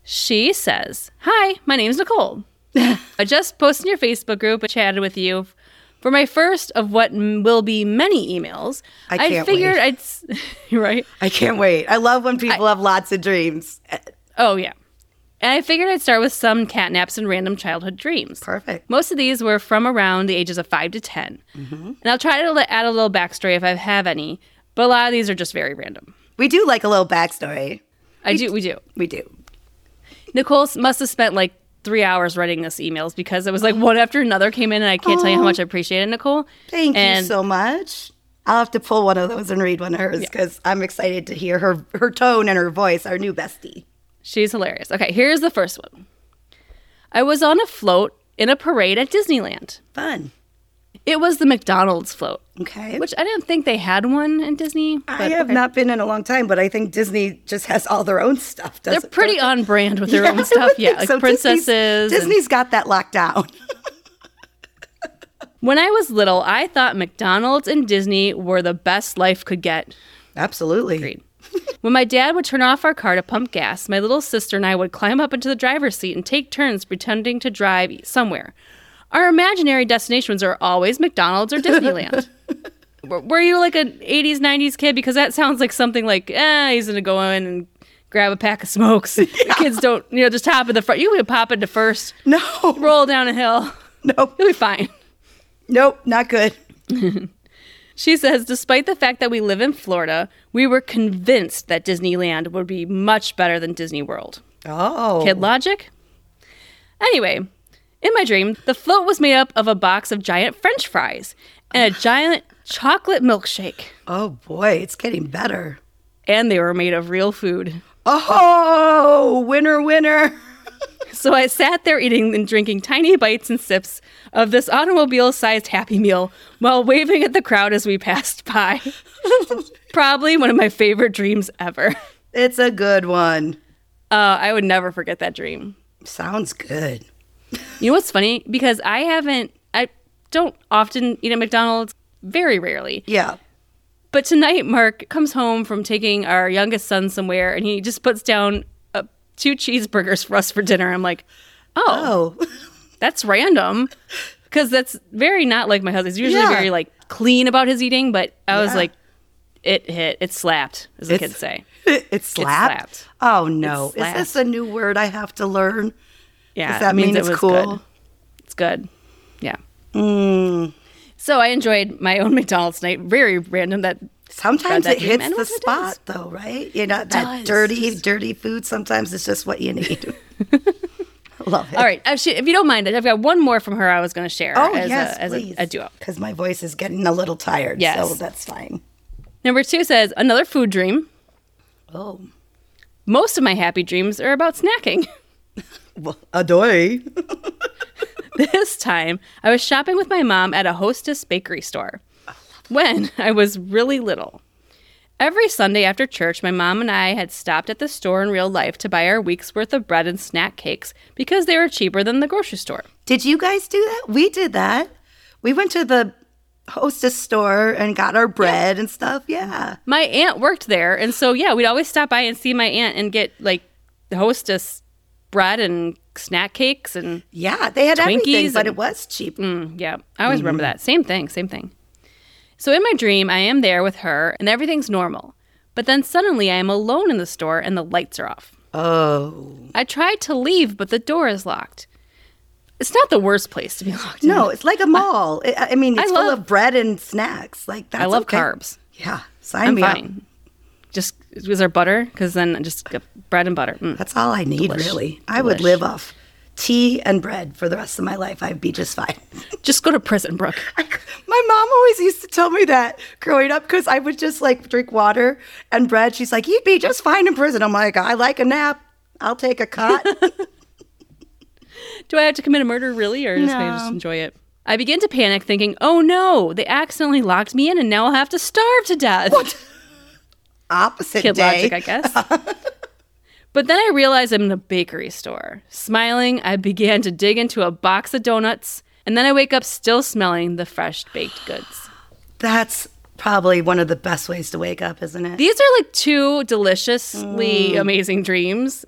Speaker 1: She says, "Hi, my name's Nicole. I just posted in your Facebook group and chatted with you." For my first of what m- will be many emails,
Speaker 2: I can't
Speaker 1: figured I'd s- right.
Speaker 2: I can't wait. I love when people have lots of dreams.
Speaker 1: Oh, yeah. And I figured I'd start with some catnaps and random childhood dreams.
Speaker 2: Perfect.
Speaker 1: Most of these were from around the ages of 5 to 10.
Speaker 2: Mm-hmm.
Speaker 1: And I'll try to li- add a little backstory if I have any, but a lot of these are just very random.
Speaker 2: We do like a little backstory.
Speaker 1: I do, we do.
Speaker 2: We do.
Speaker 1: Nicole s- must have spent like three hours writing this emails because it was like one after another came in, and I can't tell you how much I appreciate it, Nicole.
Speaker 2: Thank
Speaker 1: And
Speaker 2: you so much. I'll have to pull one of those and read one of hers because I'm excited to hear her her tone and her voice, our new bestie.
Speaker 1: She's hilarious. Okay, here's the first one I was on a float in a parade at Disneyland.
Speaker 2: Fun.
Speaker 1: It was the McDonald's float.
Speaker 2: Okay.
Speaker 1: Which I didn't think they had one in Disney.
Speaker 2: I
Speaker 1: but
Speaker 2: have
Speaker 1: okay.
Speaker 2: not been in a long time, but I think Disney just has all their own stuff.
Speaker 1: They're
Speaker 2: Doesn't
Speaker 1: pretty on brand with their
Speaker 2: Yeah, I
Speaker 1: own
Speaker 2: would
Speaker 1: stuff. Yeah,
Speaker 2: think
Speaker 1: like
Speaker 2: so. Disney's-
Speaker 1: princesses. and-
Speaker 2: Disney's got that locked down.
Speaker 1: When I was little, I thought McDonald's and Disney were the best life could get.
Speaker 2: Absolutely.
Speaker 1: Agreed. when my dad would turn off our car to pump gas, my little sister and I would climb up into the driver's seat and take turns pretending to drive somewhere. Our imaginary destinations are always McDonald's or Disneyland. were were you like an 80s, 90s kid? Because that sounds like something like, eh, he's going to go in and grab a pack of smokes. The kids don't, you know, just hop in the front. You would pop into first,
Speaker 2: No,
Speaker 1: roll down a hill.
Speaker 2: no,
Speaker 1: You'll be fine.
Speaker 2: nope, not good.
Speaker 1: She says, despite the fact that we live in Florida, we were convinced that Disneyland would be much better than Disney World.
Speaker 2: Oh,
Speaker 1: Kid logic? Anyway, in my dream, the float was made up of a box of giant french fries and a giant chocolate milkshake.
Speaker 2: oh boy, it's getting better.
Speaker 1: And they were made of real food.
Speaker 2: Oh, winner, winner.
Speaker 1: So I sat there eating and drinking tiny bites and sips of this automobile sized Happy Meal while waving at the crowd as we passed by. Probably one of my favorite dreams ever.
Speaker 2: It's a good one.
Speaker 1: Uh, I would never forget that dream.
Speaker 2: Sounds good.
Speaker 1: You know what's funny? Because I haven't, I don't often eat at McDonald's, very rarely.
Speaker 2: Yeah.
Speaker 1: But tonight, Mark comes home from taking our youngest son somewhere and he just puts down uh, two cheeseburgers for us for dinner. I'm like, oh,
Speaker 2: Oh,
Speaker 1: that's random. Because that's very not like my husband. He's usually
Speaker 2: Yeah.
Speaker 1: very like clean about his eating, but I was
Speaker 2: Yeah.
Speaker 1: like, it hit, it slapped, as the kids say.
Speaker 2: it slapped.
Speaker 1: slapped.
Speaker 2: Oh no,
Speaker 1: It slapped.
Speaker 2: is this a new word I have to learn?
Speaker 1: Yeah,
Speaker 2: Does that
Speaker 1: it means
Speaker 2: mean
Speaker 1: it
Speaker 2: it's
Speaker 1: was
Speaker 2: cool?
Speaker 1: good. It's good. Yeah.
Speaker 2: Hmm.
Speaker 1: So I enjoyed my own McDonald's night. Very random that
Speaker 2: Sometimes
Speaker 1: that
Speaker 2: it
Speaker 1: dream
Speaker 2: hits
Speaker 1: and
Speaker 2: the
Speaker 1: what it
Speaker 2: spot, though, right? You know,
Speaker 1: does.
Speaker 2: that dirty, dirty food. Sometimes it's just what you need. Love it.
Speaker 1: All right, actually, if you don't mind, I've got one more from her I was going to share
Speaker 2: Oh
Speaker 1: as,
Speaker 2: yes,
Speaker 1: a, as
Speaker 2: please.
Speaker 1: a, a duo.
Speaker 2: Because my voice is getting a little tired.
Speaker 1: Yes.
Speaker 2: so that's fine.
Speaker 1: Number two says another food dream.
Speaker 2: Oh,
Speaker 1: Most of my happy dreams are about snacking.
Speaker 2: well, adoy.
Speaker 1: this time, I was shopping with my mom at a hostess bakery store when I was really little. Every Sunday after church, my mom and I had stopped at the store in real life to buy our week's worth of bread and snack cakes because they were cheaper than the grocery store.
Speaker 2: Did you guys do that? We did that. We went to the hostess store and got our bread and stuff. Yeah.
Speaker 1: My aunt worked there, and so yeah, we'd always stop by and see my aunt and get like the hostess bread and snack cakes and
Speaker 2: Yeah, they had everything,
Speaker 1: Twinkies
Speaker 2: but
Speaker 1: and-
Speaker 2: it was cheap.
Speaker 1: Mm, yeah, I always remember
Speaker 2: Mm-hmm.
Speaker 1: that. Same thing, same thing. So in my dream, I am there with her and everything's normal. But then suddenly I am alone in the store and the lights are off.
Speaker 2: Oh.
Speaker 1: I tried to leave, but the door is locked. It's not the worst place to be locked. in.
Speaker 2: No, it's like a mall. I, I mean, it's full
Speaker 1: love-
Speaker 2: of bread and snacks. Like that's
Speaker 1: I love
Speaker 2: okay.
Speaker 1: carbs.
Speaker 2: Yeah, sign
Speaker 1: I'm
Speaker 2: me up.
Speaker 1: fine. Just was there butter? Because then just uh, bread and butter. Mm.
Speaker 2: That's all I need,
Speaker 1: Delish.
Speaker 2: really. I would
Speaker 1: Delish.
Speaker 2: live off tea and bread for the rest of my life. I'd be just fine.
Speaker 1: Just go to prison, Brooke.
Speaker 2: I, my mom always used to tell me that growing up because I would just like drink water and bread. She's like, you'd be just fine in prison. I'm like, I like a nap. I'll take a cot.
Speaker 1: Do I have to commit a murder, really, or just, can I
Speaker 2: No.
Speaker 1: just enjoy it? I begin to panic, thinking, oh no, they accidentally locked me in and now I'll have to starve to death.
Speaker 2: Opposite
Speaker 1: Kid
Speaker 2: day.
Speaker 1: logic, I guess. but then I realized I'm in a bakery store. Smiling, I began to dig into a box of donuts, and then I wake up still smelling the fresh baked goods.
Speaker 2: That's probably one of the best ways to wake up, isn't it?
Speaker 1: These are like two deliciously amazing dreams,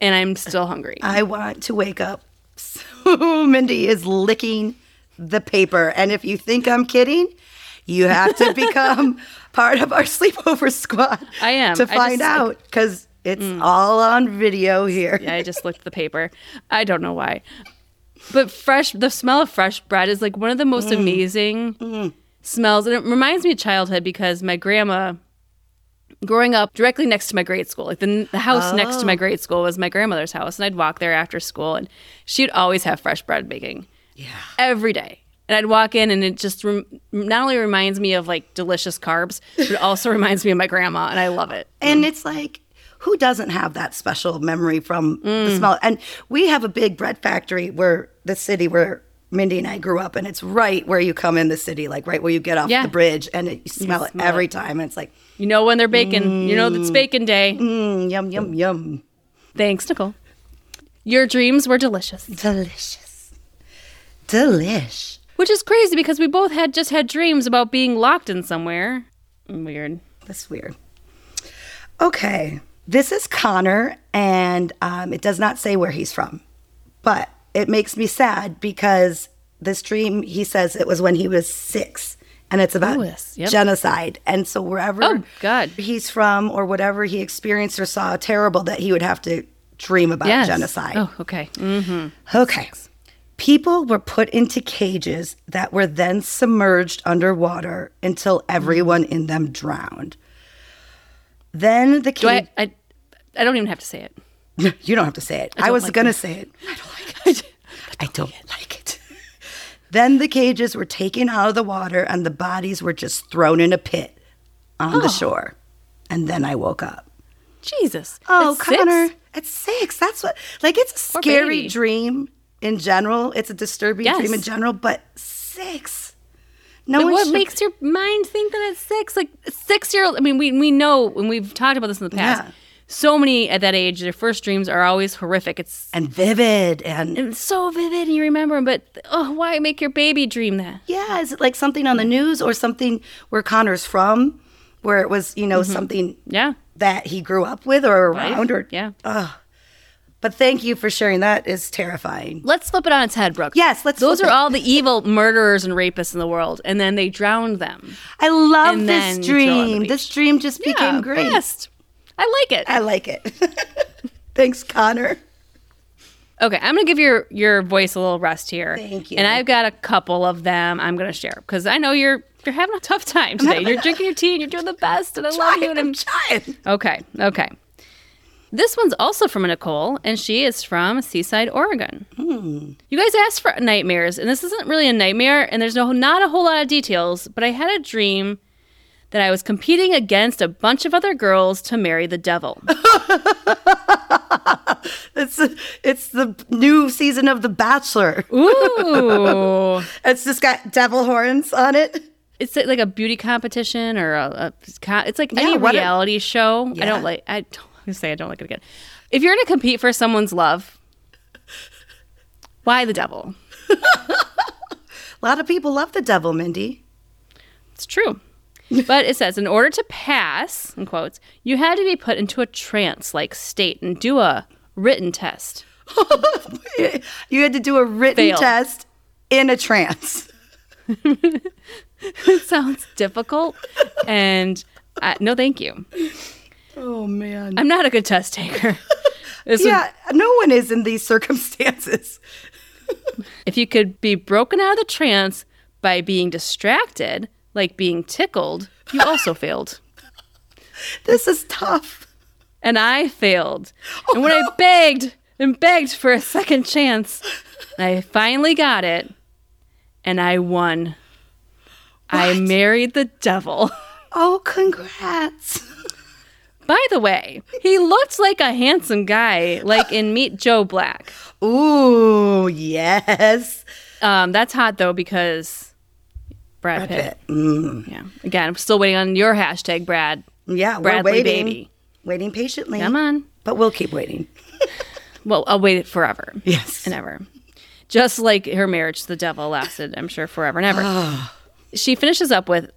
Speaker 1: and I'm still hungry.
Speaker 2: I want to wake up. So Mindy is licking the paper. And if you think I'm kidding, you have to become part of our sleepover squad.
Speaker 1: I am. I
Speaker 2: To
Speaker 1: just- Mm.
Speaker 2: find out because it's all on video here.
Speaker 1: I just licked the paper. I don't know why. But fresh, the smell of fresh bread is like one of the most amazing smells. And it reminds me of childhood because my grandma, growing up directly next to my grade school, like the, the house next to my grade school was my grandmother's house. And I'd walk there after school and she'd always have fresh bread baking
Speaker 2: Yeah.
Speaker 1: every day. And I'd walk in, and it just rem- not only reminds me of like delicious carbs, but it also reminds me of my grandma, and I love it.
Speaker 2: And it's like, who doesn't have that special memory from the
Speaker 1: Mm.
Speaker 2: smell? And we have a big bread factory where the city where Mindy and I grew up, and it's right where you come in the city, like right where you get off
Speaker 1: Yeah.
Speaker 2: the bridge, and it, you smell it every time. And it's like,
Speaker 1: You know when they're baking, you know it's bacon day.
Speaker 2: mm, yum, yum, yum.
Speaker 1: Thanks, Nicole. Your dreams were delicious,
Speaker 2: Delicious. Delish.
Speaker 1: which is crazy because we both had just had dreams about being locked in somewhere. Weird.
Speaker 2: That's weird. Okay. This is Connor, and um, it does not say where he's from, but it makes me sad because this dream, he says it was when he was six, and it's about
Speaker 1: Louis, yep.
Speaker 2: genocide. And so, wherever
Speaker 1: Oh, God.
Speaker 2: he's from or whatever he experienced or saw, terrible that he would have to dream about
Speaker 1: Yes.
Speaker 2: genocide.
Speaker 1: Oh, okay.
Speaker 2: Okay. People were put into cages that were then submerged underwater until everyone in them drowned. Then the
Speaker 1: Do
Speaker 2: cage.
Speaker 1: I, I? I don't even have to say it.
Speaker 2: you don't have to say it. I, was
Speaker 1: like
Speaker 2: going to say it. I don't like it. I don't like it. then the cages were taken out of the water and the bodies were just thrown in a pit on the shore. And then I woke up.
Speaker 1: Jesus.
Speaker 2: Oh,
Speaker 1: That's six?
Speaker 2: Connor, at six. That's what, like, it's a
Speaker 1: Poor
Speaker 2: scary
Speaker 1: baby.
Speaker 2: dream in general. It's a disturbing
Speaker 1: Yes.
Speaker 2: dream in general, but six. No one
Speaker 1: What
Speaker 2: should-
Speaker 1: makes your mind think that it's six? Like six year old. I mean, we we know, and we've talked about this in the past.
Speaker 2: Yeah.
Speaker 1: So many at that age, their first dreams are always horrific. It's
Speaker 2: and vivid and
Speaker 1: it's so vivid, and you remember 'em, But oh, why make your baby dream that?
Speaker 2: yeah, is it like something on the news or something where Connor's from, where it was you know
Speaker 1: Mm-hmm.
Speaker 2: something
Speaker 1: Yeah.
Speaker 2: that he grew up with or around or
Speaker 1: Yeah.
Speaker 2: But thank you for sharing. That is terrifying.
Speaker 1: Let's flip it on its head, Brooke.
Speaker 2: Yes, let's
Speaker 1: Those are
Speaker 2: flip it.
Speaker 1: all the evil murderers and rapists in the world, and then they drowned them.
Speaker 2: I love
Speaker 1: And
Speaker 2: this
Speaker 1: then throw it on the
Speaker 2: dream.
Speaker 1: beach.
Speaker 2: This dream just became great.
Speaker 1: best. I like it.
Speaker 2: I like it. Thanks, Connor.
Speaker 1: Okay, I'm gonna give your your voice a little rest here.
Speaker 2: Thank you.
Speaker 1: And I've got a couple of them I'm gonna share because I know you're you're having a tough time today. You're drinking your tea and you're doing the best, and I love you. And I'm
Speaker 2: I'm trying.
Speaker 1: okay. Okay. This one's also from Nicole, and she is from Seaside, Oregon.
Speaker 2: Hmm.
Speaker 1: You guys asked for nightmares, and this isn't really a nightmare, and there's no, not a whole lot of details, but I had a dream that I was competing against a bunch of other girls to marry the devil.
Speaker 2: It's it's the new season of The Bachelor.
Speaker 1: Ooh.
Speaker 2: It's just got devil horns on it.
Speaker 1: It's like a beauty competition or a, a co- it's like any
Speaker 2: what a-
Speaker 1: reality show. I
Speaker 2: Yeah.
Speaker 1: don't like I don't I'm gonna say I don't like it again. If you're going to compete for someone's love, why the devil?
Speaker 2: A lot of people love the devil, Mindy.
Speaker 1: It's true. but it says, in order to pass, in quotes, you had to be put into a trance like state and do a written test.
Speaker 2: you had to do a written
Speaker 1: Fail.
Speaker 2: test in a trance.
Speaker 1: it sounds difficult. And I, no, thank you.
Speaker 2: Oh man.
Speaker 1: I'm not a good test taker. This would-
Speaker 2: yeah, no one is in these circumstances.
Speaker 1: If you could be broken out of the trance by being distracted, like being tickled, you also failed.
Speaker 2: This is tough.
Speaker 1: Oh, And I failed. and when I begged, and begged for a second chance. And I finally got it, and I won. I married the devil.
Speaker 2: Oh, congrats.
Speaker 1: By the way, he looked like a handsome guy, like in Meet Joe Black.
Speaker 2: Ooh, yes.
Speaker 1: Um, that's hot though because Brad, Pitt.
Speaker 2: Mm.
Speaker 1: Yeah. Again, I'm still waiting on your hashtag, Brad.
Speaker 2: Yeah,
Speaker 1: Bradley
Speaker 2: we're waiting.
Speaker 1: baby.
Speaker 2: Waiting patiently.
Speaker 1: Come on.
Speaker 2: But we'll keep waiting.
Speaker 1: Well, I'll wait it forever
Speaker 2: Yes.
Speaker 1: and ever. Just like her marriage to the devil lasted, I'm sure, forever and ever. she finishes up with,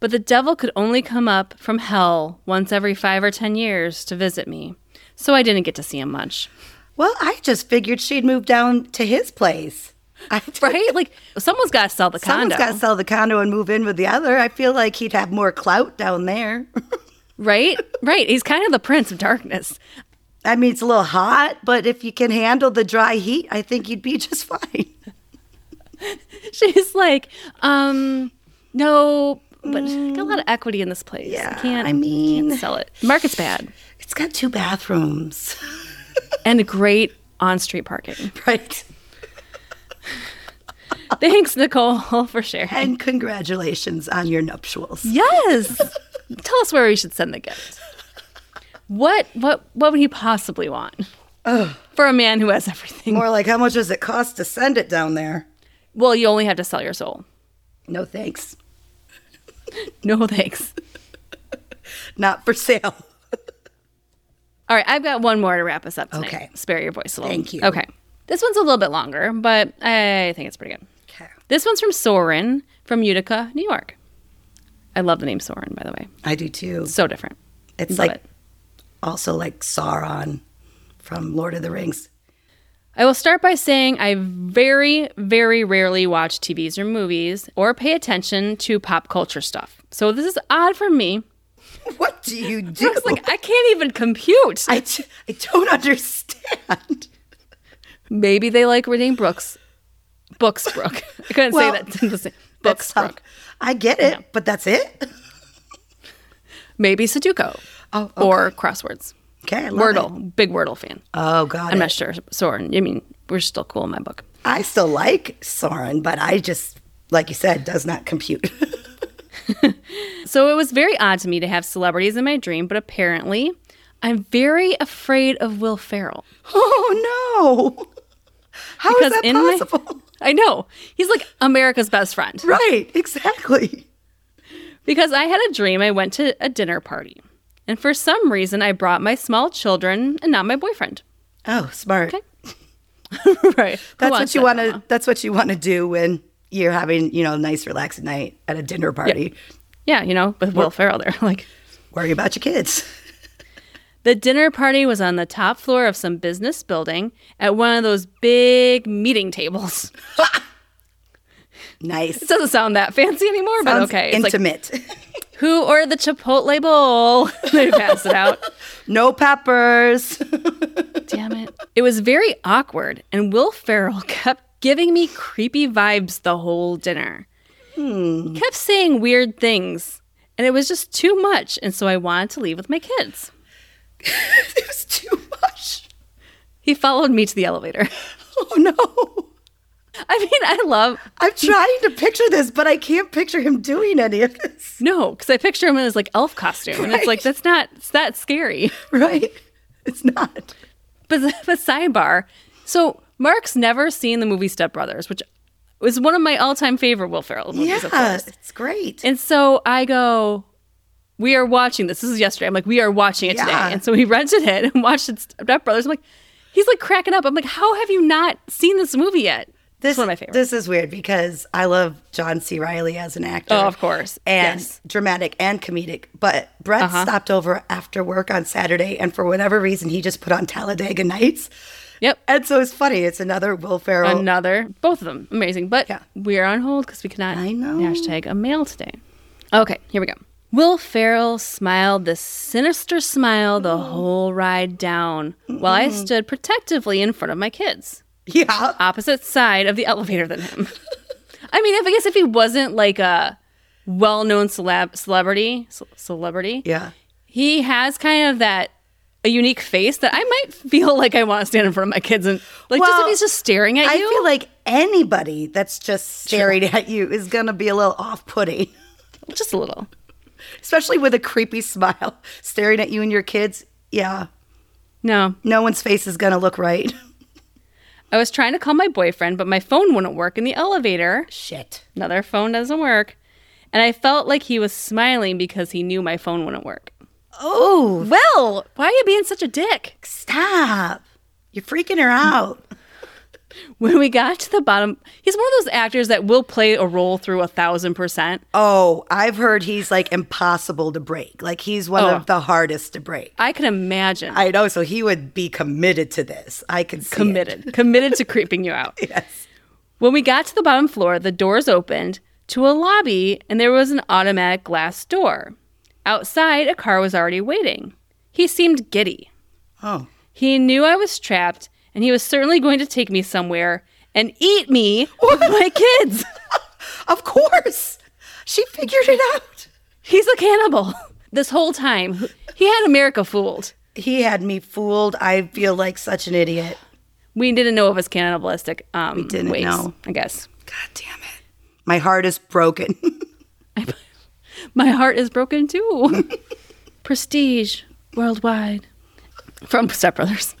Speaker 1: but the devil could only come up from hell once every five or ten years to visit me. So I didn't get to see him much.
Speaker 2: Well, I just figured she'd move down to his place. I
Speaker 1: Right? Like someone's gotta sell the
Speaker 2: Someone's
Speaker 1: condo.
Speaker 2: got to sell the condo and move in with the other. I feel like he'd have more clout down there.
Speaker 1: right? Right. He's kind of the prince of darkness.
Speaker 2: I mean, it's a little hot, but if you can handle the dry heat, I think you'd be just fine.
Speaker 1: She's like, um, no, but got a lot of equity in this place.
Speaker 2: Mm. Yeah,
Speaker 1: I can't.
Speaker 2: I mean-
Speaker 1: can't sell it. Market's bad,
Speaker 2: It's got two bathrooms,
Speaker 1: and great on-street parking.
Speaker 2: right?
Speaker 1: Thanks, Nicole, for sharing.
Speaker 2: And congratulations on your nuptials.
Speaker 1: Yes, tell us where we should send the gift. What what what would he possibly want for a man who has everything?
Speaker 2: More like how much does it cost to send it down there?
Speaker 1: Well, you only have to sell your soul.
Speaker 2: No thanks.
Speaker 1: No thanks.
Speaker 2: Not for sale.
Speaker 1: All right, I've got one more to wrap us up tonight.
Speaker 2: Okay.
Speaker 1: Spare your voice a little.
Speaker 2: Thank you.
Speaker 1: Okay. This one's a little bit longer, but I think it's pretty good.
Speaker 2: Okay.
Speaker 1: This one's from Soren from Utica, New York. I love the name Soren, by the way.
Speaker 2: I do too.
Speaker 1: So different.
Speaker 2: It's
Speaker 1: Love
Speaker 2: like
Speaker 1: it.
Speaker 2: also like Sauron from Lord of the Rings.
Speaker 1: I will start by saying I very, very rarely watch TVs or movies or pay attention to pop culture stuff. So this is odd for me.
Speaker 2: What do you do?
Speaker 1: It's like I can't even compute.
Speaker 2: I, t- I don't understand.
Speaker 1: Maybe they like reading Brooks. Books Brooke. I couldn't
Speaker 2: Well,
Speaker 1: say that. Listen,
Speaker 2: That's
Speaker 1: Books
Speaker 2: how-
Speaker 1: Brooke.
Speaker 2: I get it, but that's it.
Speaker 1: Maybe Sudoku.
Speaker 2: Oh,
Speaker 1: Or crosswords.
Speaker 2: Okay, I love it.
Speaker 1: Wordle. Big Wordle fan.
Speaker 2: Oh God,
Speaker 1: I'm not sure. Soren. I mean, we're still cool in my book.
Speaker 2: I still like Sauron, but I just, like you said, does not compute.
Speaker 1: So it was very odd to me to have celebrities in my dream, but apparently I'm very afraid of Will Ferrell.
Speaker 2: oh no! How is that
Speaker 1: in my-
Speaker 2: possible?
Speaker 1: I know. He's like America's best friend.
Speaker 2: Right, exactly.
Speaker 1: Because I had a dream I went to a dinner party. And for some reason I brought my small children and not my boyfriend.
Speaker 2: Oh, smart.
Speaker 1: Okay. right.
Speaker 2: That's what you want to. That's what you want to do when you're having, you know, a nice, relaxed night at a dinner party.
Speaker 1: Yeah, you know, with Will Ferrell there. Like
Speaker 2: Worry about your kids.
Speaker 1: the dinner party was on the top floor of some business building at one of those big meeting tables.
Speaker 2: Nice.
Speaker 1: It doesn't sound that fancy anymore, but
Speaker 2: Sounds
Speaker 1: okay. It's like
Speaker 2: Intimate.
Speaker 1: Who ordered the Chipotle bowl? they pass it out.
Speaker 2: no peppers.
Speaker 1: Damn it. It was very awkward, and Will Ferrell kept giving me creepy vibes the whole dinner. He kept saying weird things, and it was just too much, and so I wanted to leave with my kids.
Speaker 2: it was too much.
Speaker 1: He followed me to the elevator.
Speaker 2: Oh no.
Speaker 1: I mean, I love
Speaker 2: I'm trying to picture this, but I can't picture him doing any of this.
Speaker 1: no, because I picture him in his like elf costume, and it's like that's not it's that scary.
Speaker 2: Right? It's not.
Speaker 1: But, but sidebar. So Mark's never seen the movie Step Brothers, which was one of my all-time favorite Will Ferrell movies. Of
Speaker 2: Yeah,
Speaker 1: course.
Speaker 2: it's great.
Speaker 1: And so I go, we are watching this. This is yesterday. I'm like, we are watching it
Speaker 2: Yeah.
Speaker 1: today. And so we rented it and watched it, Step Brothers. I'm like, he's like cracking up. I'm like, how have you not seen this movie yet? This
Speaker 2: This,
Speaker 1: is one of my favorites.
Speaker 2: this is weird because I love John C. Riley as an actor.
Speaker 1: Oh, of course.
Speaker 2: And
Speaker 1: Yes. Uh-huh.
Speaker 2: dramatic and comedic. But Brett stopped over after work on Saturday, and for whatever reason, he just put on Talladega Nights.
Speaker 1: Yep.
Speaker 2: And so it's funny. It's another Will Ferrell.
Speaker 1: Another, both of them amazing. But
Speaker 2: Oh. Yeah.
Speaker 1: we are on hold because we cannot
Speaker 2: I know.
Speaker 1: hashtag a mail today. Okay, here we go. Will Farrell smiled this sinister smile
Speaker 2: Oh.
Speaker 1: the whole ride down while I stood protectively in front of my kids.
Speaker 2: yeah.
Speaker 1: opposite side of the elevator than him. I mean, if I guess if he wasn't like a well-known celeb celebrity, ce- celebrity,
Speaker 2: Yeah.
Speaker 1: he has kind of that a unique face that I might feel like I want to stand in front of my kids and like just
Speaker 2: Well,
Speaker 1: if he's just staring at
Speaker 2: I
Speaker 1: you.
Speaker 2: feel like anybody that's just staring at you is going to be a little off putting,
Speaker 1: just a little.
Speaker 2: especially with a creepy smile staring at you and your kids. Yeah,
Speaker 1: No.
Speaker 2: no one's face is going to look right.
Speaker 1: I was trying to call my boyfriend, but my phone wouldn't work in the elevator.
Speaker 2: Shit.
Speaker 1: Another phone doesn't work. And I felt like he was smiling because he knew my phone wouldn't work.
Speaker 2: Oh,
Speaker 1: Well, why are you being such a dick?
Speaker 2: stop. You're freaking her out.
Speaker 1: When we got to the bottom, he's one of those actors that will play a role through a thousand percent.
Speaker 2: Oh, I've heard he's like impossible to break. Like he's one
Speaker 1: Oh.
Speaker 2: of the hardest to break.
Speaker 1: I can imagine.
Speaker 2: I know. So he would be committed to this. I could see it.
Speaker 1: committed, committed to creeping you out.
Speaker 2: Yes.
Speaker 1: When we got to the bottom floor, the doors opened to a lobby and there was an automatic glass door. Outside, a car was already waiting. He seemed giddy.
Speaker 2: Oh.
Speaker 1: He knew I was trapped and he was certainly going to take me somewhere and eat me with my kids.
Speaker 2: Of course. She figured it out.
Speaker 1: He's a cannibal. This whole time, he had America fooled.
Speaker 2: He had me fooled. I feel like such an idiot.
Speaker 1: We didn't know of his cannibalistic um, we
Speaker 2: didn't
Speaker 1: ways,
Speaker 2: know.
Speaker 1: I guess.
Speaker 2: God damn it. My heart is broken.
Speaker 1: My heart is broken too. Prestige worldwide from Step Brothers.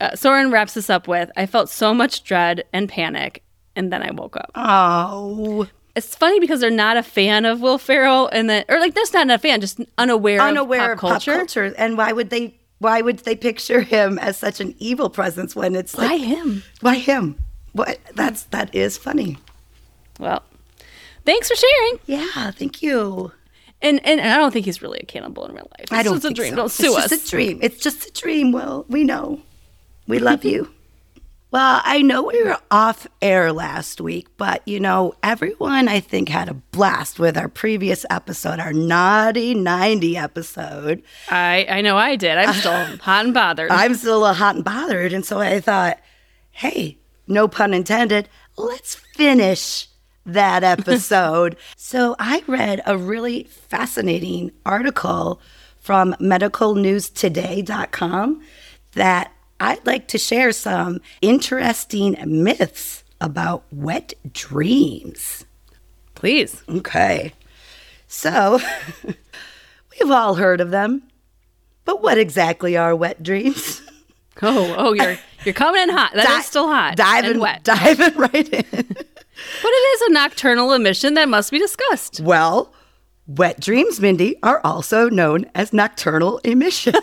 Speaker 1: Uh, Soren wraps this up with I felt so much dread and panic, and then I woke up.
Speaker 2: oh.
Speaker 1: It's funny because they're not a fan of Will Ferrell, and then, or like, that's not a fan, just unaware,
Speaker 2: Unaware
Speaker 1: of pop culture.
Speaker 2: culture. And why would they why would they picture him as such an evil presence when it's like
Speaker 1: Why him?
Speaker 2: why him? What that's that is funny.
Speaker 1: Well, thanks for sharing.
Speaker 2: Yeah, thank you.
Speaker 1: And, and and I don't think he's really a cannibal in real life. It's
Speaker 2: I don't
Speaker 1: just
Speaker 2: think
Speaker 1: a dream.
Speaker 2: so.
Speaker 1: Don't
Speaker 2: It's
Speaker 1: sue us.
Speaker 2: just a dream. It's just a dream. Well, we know. We love you. Well, I know we were off air last week, but you know, everyone I think had a blast with our previous episode, our naughty 90 episode.
Speaker 1: I I know I did. I'm still hot and bothered.
Speaker 2: I'm still a little hot and bothered. And so I thought, hey, no pun intended, let's finish that episode. so I read a really fascinating article from medicalnewstoday.com that I'd like to share some interesting myths about wet dreams.
Speaker 1: Please.
Speaker 2: Okay. So we've all heard of them. But what exactly are wet dreams?
Speaker 1: Oh, oh, you're you're coming in hot. That is
Speaker 2: Di-
Speaker 1: still hot.
Speaker 2: Diving
Speaker 1: and wet.
Speaker 2: Diving right in.
Speaker 1: but it is a nocturnal emission that must be discussed.
Speaker 2: well, wet dreams, Mindy, are also known as nocturnal emissions.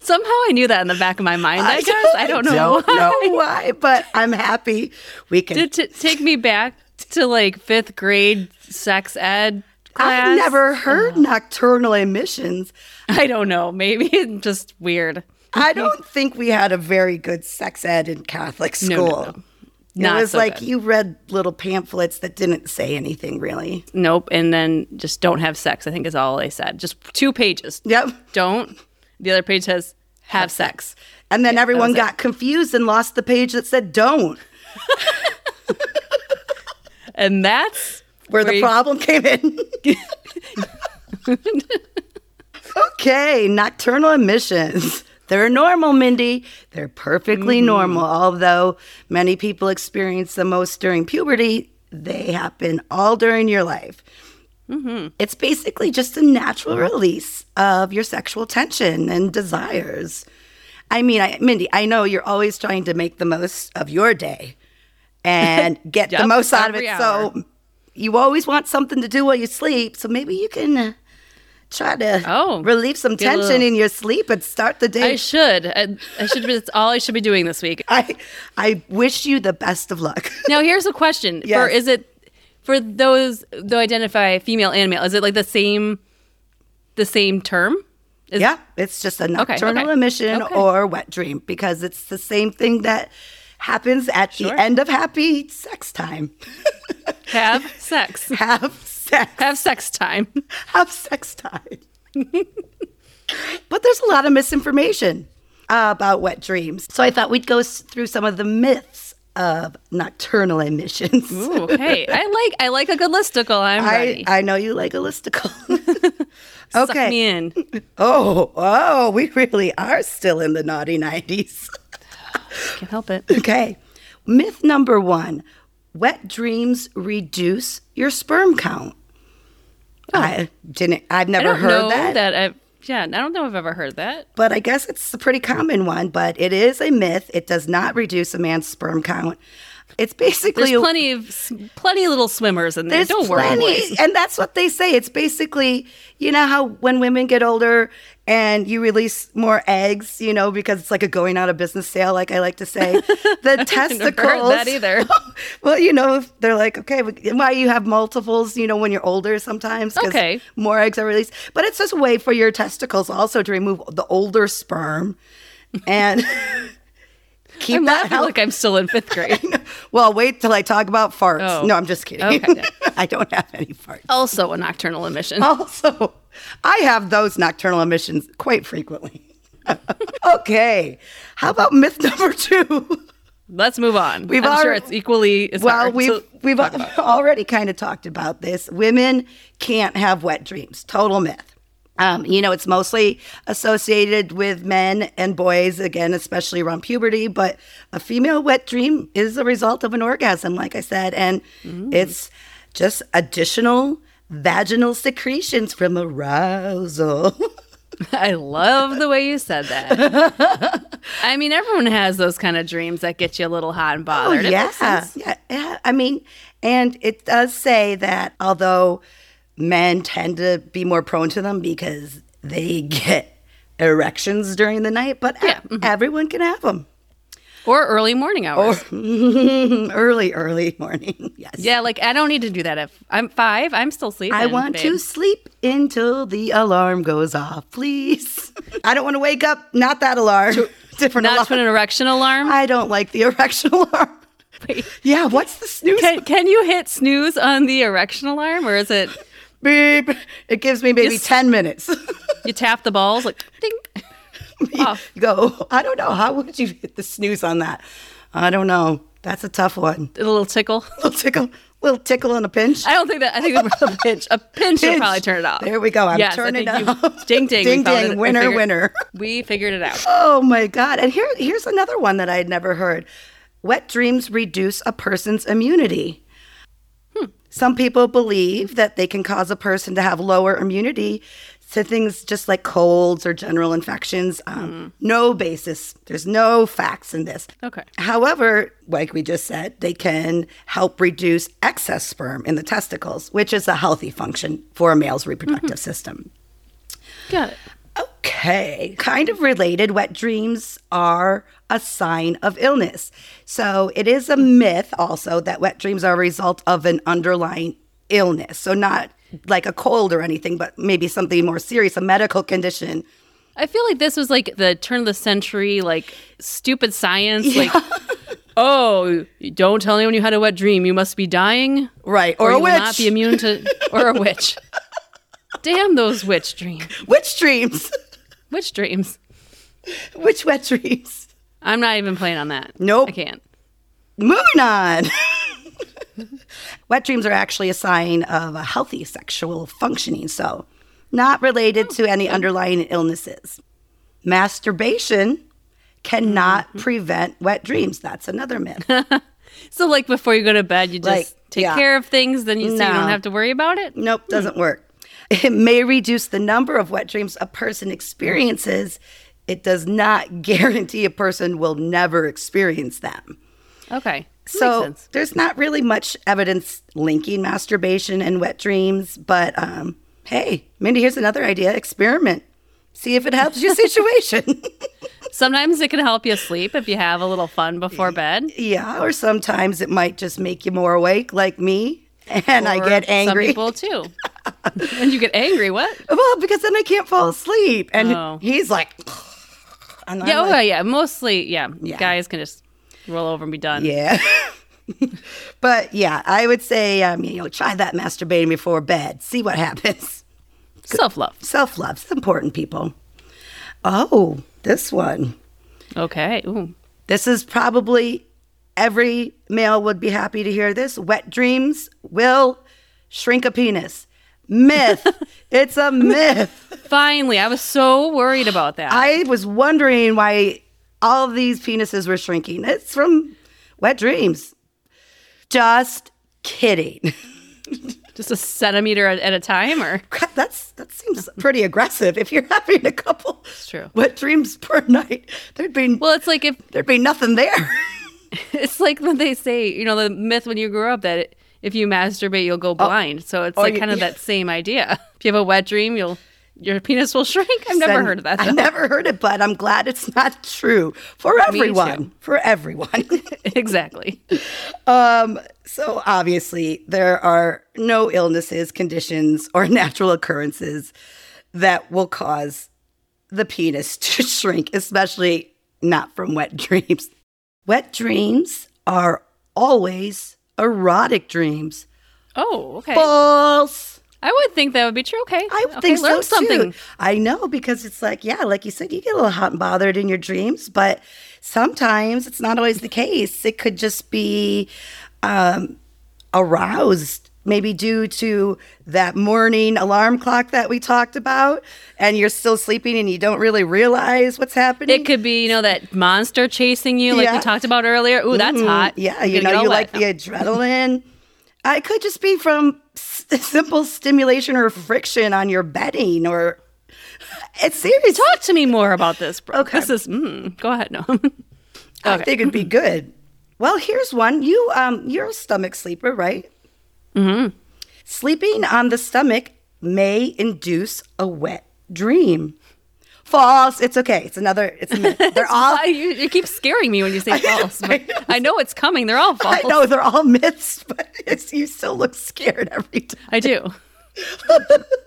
Speaker 1: Somehow I knew that in the back of my mind. I, guess I don't know.
Speaker 2: Don't
Speaker 1: why.
Speaker 2: know why, but I'm happy we can.
Speaker 1: Did it take me back to like fifth grade sex ed class?
Speaker 2: I've never
Speaker 1: Oh.
Speaker 2: heard nocturnal emissions.
Speaker 1: I don't know. Maybe it's just weird.
Speaker 2: I don't think we had a very good sex ed in Catholic
Speaker 1: No, no,
Speaker 2: school.
Speaker 1: no. Not
Speaker 2: it was
Speaker 1: so
Speaker 2: like
Speaker 1: good.
Speaker 2: you read little pamphlets that didn't say anything really.
Speaker 1: Nope. And then just don't have sex. I think is all they said. Just two pages.
Speaker 2: Yep.
Speaker 1: Don't. The other page says have sex.
Speaker 2: And then everyone
Speaker 1: was it.
Speaker 2: got confused and lost the page that said don't,
Speaker 1: And that's
Speaker 2: where the
Speaker 1: Wait.
Speaker 2: problem came in. okay, nocturnal emissions. They're normal, Mindy. They're perfectly normal. Although many people experience the most during puberty, they happen all during your life. It's basically just a natural release of your sexual tension and desires. I mean, I, Mindy, I know you're always trying to make the most of your day and get the
Speaker 1: Yep,
Speaker 2: most out of it.
Speaker 1: every
Speaker 2: So you always want something to do while you sleep. So maybe you can uh, try to
Speaker 1: Oh,
Speaker 2: relieve some
Speaker 1: get a
Speaker 2: tension
Speaker 1: little-
Speaker 2: in your sleep and start the day.
Speaker 1: I should. I, I should. Be, that's all I should be doing this week.
Speaker 2: I, I wish you the best of luck.
Speaker 1: Now here's a question: For
Speaker 2: Yes.
Speaker 1: is it for those though identify female and male? Is it like the same, the same term? Is,
Speaker 2: Yeah, it's just a nocturnal
Speaker 1: okay.
Speaker 2: emission
Speaker 1: Okay.
Speaker 2: or wet dream because it's the same thing that happens at the end of happy sex time.
Speaker 1: Have sex.
Speaker 2: Have sex.
Speaker 1: Have sex time.
Speaker 2: Have sex time. but there's a lot of misinformation uh, about wet dreams. So I thought we'd go s- through some of the myths of nocturnal emissions.
Speaker 1: Ooh, okay. I like I like a good listicle. I'm
Speaker 2: I,
Speaker 1: ready.
Speaker 2: I know you like a listicle.
Speaker 1: Suck
Speaker 2: okay.
Speaker 1: me in.
Speaker 2: Oh, oh, we really are still in the naughty 90s.
Speaker 1: Can't help it.
Speaker 2: Okay. Myth number one wet dreams reduce your sperm count. I didn't, I've
Speaker 1: Oh. I
Speaker 2: never
Speaker 1: don't
Speaker 2: heard
Speaker 1: know
Speaker 2: that,
Speaker 1: that. I've, yeah, I don't know if I've ever heard that.
Speaker 2: but I guess it's a pretty common one, but it is a myth. It does not reduce a man's sperm count. It's
Speaker 1: There's
Speaker 2: basically a-
Speaker 1: plenty of s- plenty of little swimmers in there.
Speaker 2: There's
Speaker 1: don't worry.
Speaker 2: plenty,
Speaker 1: boys.
Speaker 2: and that's what they say. It's basically, you know, how when women get older and you release more eggs, you know, because it's like a going out of business sale, like I like to say. The
Speaker 1: Never
Speaker 2: testicles.
Speaker 1: heard that either.
Speaker 2: well, you know, if they're like, okay, we- why you have multiples, you know, when you're older sometimes because
Speaker 1: Okay.
Speaker 2: more eggs are released. But it's just a way for your testicles also to remove the older sperm and keep
Speaker 1: I'm
Speaker 2: that
Speaker 1: laughing
Speaker 2: healthy.
Speaker 1: like I'm still in fifth grade.
Speaker 2: Well, wait till I talk about farts.
Speaker 1: Oh.
Speaker 2: No, I'm just kidding.
Speaker 1: Okay.
Speaker 2: I don't have any farts.
Speaker 1: also a nocturnal emission.
Speaker 2: Also, I have those nocturnal emissions quite frequently. okay. How about myth number two?
Speaker 1: Let's move on.
Speaker 2: We've
Speaker 1: I'm sure
Speaker 2: alre-
Speaker 1: it's equally as
Speaker 2: well,
Speaker 1: hard to-
Speaker 2: we've we've al- already kind of talked about this. Women can't have wet dreams. Total myth. Um, you know, it's mostly associated with men and boys, again, especially around puberty. But a female wet dream is a result of an orgasm, like I said, and
Speaker 1: Mm.
Speaker 2: it's just additional vaginal secretions from arousal.
Speaker 1: I love the way you said that. I mean, everyone has those kind of dreams that get you a little hot and bothered. It
Speaker 2: Oh, yeah.
Speaker 1: makes sense.
Speaker 2: yeah, yeah. I mean, and it does say that although men tend to be more prone to them because they get erections during the night, but e-
Speaker 1: Yeah, mm-hmm.
Speaker 2: everyone can have them.
Speaker 1: Or early morning hours.
Speaker 2: early, early morning. Yes.
Speaker 1: yeah, like I don't need to do that if I'm five. I'm still sleeping.
Speaker 2: I want
Speaker 1: babe.
Speaker 2: to sleep until the alarm goes off, please. I don't want to wake up. Not that alarm. Different
Speaker 1: Not to
Speaker 2: alarm.
Speaker 1: an erection alarm.
Speaker 2: I don't like the erection alarm.
Speaker 1: Wait.
Speaker 2: Yeah, what's the snooze?
Speaker 1: Can, can you hit snooze on the erection alarm, or is it
Speaker 2: Beep. It gives me maybe
Speaker 1: Yes.
Speaker 2: 10 minutes.
Speaker 1: you tap the balls like ding? off.
Speaker 2: go. I don't know. How would you hit the snooze on that? I don't know. That's a tough one.
Speaker 1: A little tickle.
Speaker 2: little tickle, little tickle and a pinch.
Speaker 1: I don't think that. I think it's a pinch. A pinch, would
Speaker 2: Pinch.
Speaker 1: probably turn it off.
Speaker 2: There we go. I'm
Speaker 1: Yes, I
Speaker 2: turning
Speaker 1: think
Speaker 2: it
Speaker 1: you-
Speaker 2: off.
Speaker 1: ding, ding, we
Speaker 2: ding
Speaker 1: found it.
Speaker 2: ding.
Speaker 1: We
Speaker 2: Winner
Speaker 1: figured-
Speaker 2: winner.
Speaker 1: We figured it out.
Speaker 2: Oh my god. And here here's another one that I had never heard. Wet dreams reduce a person's immunity. Some people believe that they can cause a person to have lower immunity to things just like colds or general infections. Um, No basis. There's no facts in this.
Speaker 1: Okay.
Speaker 2: However, like we just said, they can help reduce excess sperm in the testicles, which is a healthy function for a male's reproductive system.
Speaker 1: Got it.
Speaker 2: Okay. Kind of related, wet dreams are a sign of illness. So it is a myth also that wet dreams are a result of an underlying illness. So not like a cold or anything, but maybe something more serious, a medical condition.
Speaker 1: I feel like this was like the turn of the century, like stupid science. Like, oh, don't tell anyone you had a wet dream. You must be dying,
Speaker 2: Right.
Speaker 1: or
Speaker 2: Or, a
Speaker 1: you will not
Speaker 2: witch.
Speaker 1: be immune to, or a witch. Damn those witch dreams.
Speaker 2: witch dreams.
Speaker 1: Witch dreams.
Speaker 2: Which wet dreams?
Speaker 1: I'm not even playing on that.
Speaker 2: Nope.
Speaker 1: I can't.
Speaker 2: Moving on. Wet dreams are actually a sign of a healthy sexual functioning, so not related to any underlying illnesses. Masturbation cannot prevent wet dreams. That's another myth.
Speaker 1: So, like, before you go to bed, you just
Speaker 2: Like,
Speaker 1: take
Speaker 2: yeah.
Speaker 1: care of things, then you so you
Speaker 2: No.
Speaker 1: don't have to worry about it.
Speaker 2: nope, doesn't work. It may reduce the number of wet dreams a person experiences. It does not guarantee a person will never experience them.
Speaker 1: Okay. Makes
Speaker 2: So
Speaker 1: sense.
Speaker 2: there's not really much evidence linking masturbation and wet dreams, but um, hey, Mindy, here's another idea: experiment, see if it helps your situation.
Speaker 1: sometimes it can help you sleep if you have a little fun before bed.
Speaker 2: yeah, or sometimes it might just make you more awake, like me, and I
Speaker 1: Or
Speaker 2: get angry.
Speaker 1: Some people too. and you get angry. What?
Speaker 2: well, because then I can't fall asleep, and
Speaker 1: Oh.
Speaker 2: he's like, and I'm
Speaker 1: Yeah, oh
Speaker 2: like,
Speaker 1: yeah, mostly yeah,
Speaker 2: Yeah.
Speaker 1: Guys can just roll over and be done.
Speaker 2: yeah. but yeah, I would say um, you know try that masturbating before bed, see what happens.
Speaker 1: Self love.
Speaker 2: Self love is important, people. Oh, this one.
Speaker 1: Okay. Ooh.
Speaker 2: This is probably Every male would be happy to hear this. Wet dreams will shrink a penis. Myth. it's a myth.
Speaker 1: Finally, I was so worried about that.
Speaker 2: I was wondering why all of these penises were shrinking. It's from wet dreams. Just kidding.
Speaker 1: Just a centimeter at, at a time, or
Speaker 2: God, That's that seems pretty aggressive. If you're having a couple
Speaker 1: it's true.
Speaker 2: wet dreams per night, there'd be
Speaker 1: Well, it's like if
Speaker 2: there'd be nothing there.
Speaker 1: it's like when they say, you know, the myth when you grow up that it, if you masturbate, you'll go blind. so it's like
Speaker 2: Oh. you-
Speaker 1: kind of that same idea. If you have a wet dream, you'll your penis will shrink. I've never
Speaker 2: Then-
Speaker 1: heard of that.
Speaker 2: I
Speaker 1: though.
Speaker 2: never heard it, but I'm glad it's not true for
Speaker 1: too.
Speaker 2: everyone. For everyone.
Speaker 1: exactly.
Speaker 2: um, so obviously, there are no illnesses, conditions, or natural occurrences that will cause the penis to shrink, especially not from wet dreams. Wet dreams are always erotic dreams.
Speaker 1: Oh, okay.
Speaker 2: False.
Speaker 1: I would think that would be true. Okay,
Speaker 2: I
Speaker 1: okay,
Speaker 2: think
Speaker 1: learn
Speaker 2: so
Speaker 1: Oh, something.
Speaker 2: too. I know because it's like, yeah, like you said, you get a little hot and bothered in your dreams, but sometimes it's not always the case. It could just be um, aroused, maybe due to that morning alarm clock that we talked about, and you're still sleeping and you don't really realize what's happening.
Speaker 1: It could be, you know, that monster chasing you, like
Speaker 2: Yeah.
Speaker 1: we talked about earlier. Ooh, that's
Speaker 2: Mm,
Speaker 1: hot.
Speaker 2: Yeah,
Speaker 1: I'm gonna
Speaker 2: you know,
Speaker 1: get all
Speaker 2: you like
Speaker 1: wet.
Speaker 2: the adrenaline. I could just be from s- simple stimulation or friction on your bedding, or it's serious.
Speaker 1: Talk to me more about this, bro.
Speaker 2: Okay.
Speaker 1: This is. Mm, go ahead. No.
Speaker 2: I think it'd be good. Well, here's one. You um you're a stomach sleeper, right? Mm-hmm. Sleeping on the stomach may induce a wet dream. False. It's okay. It's another it's a myth. They're all
Speaker 1: Why- you, you keep scaring me when you say false. but I, know. it's coming. They're all false.
Speaker 2: I know they're all myths, but it's you still look scared every time.
Speaker 1: I do.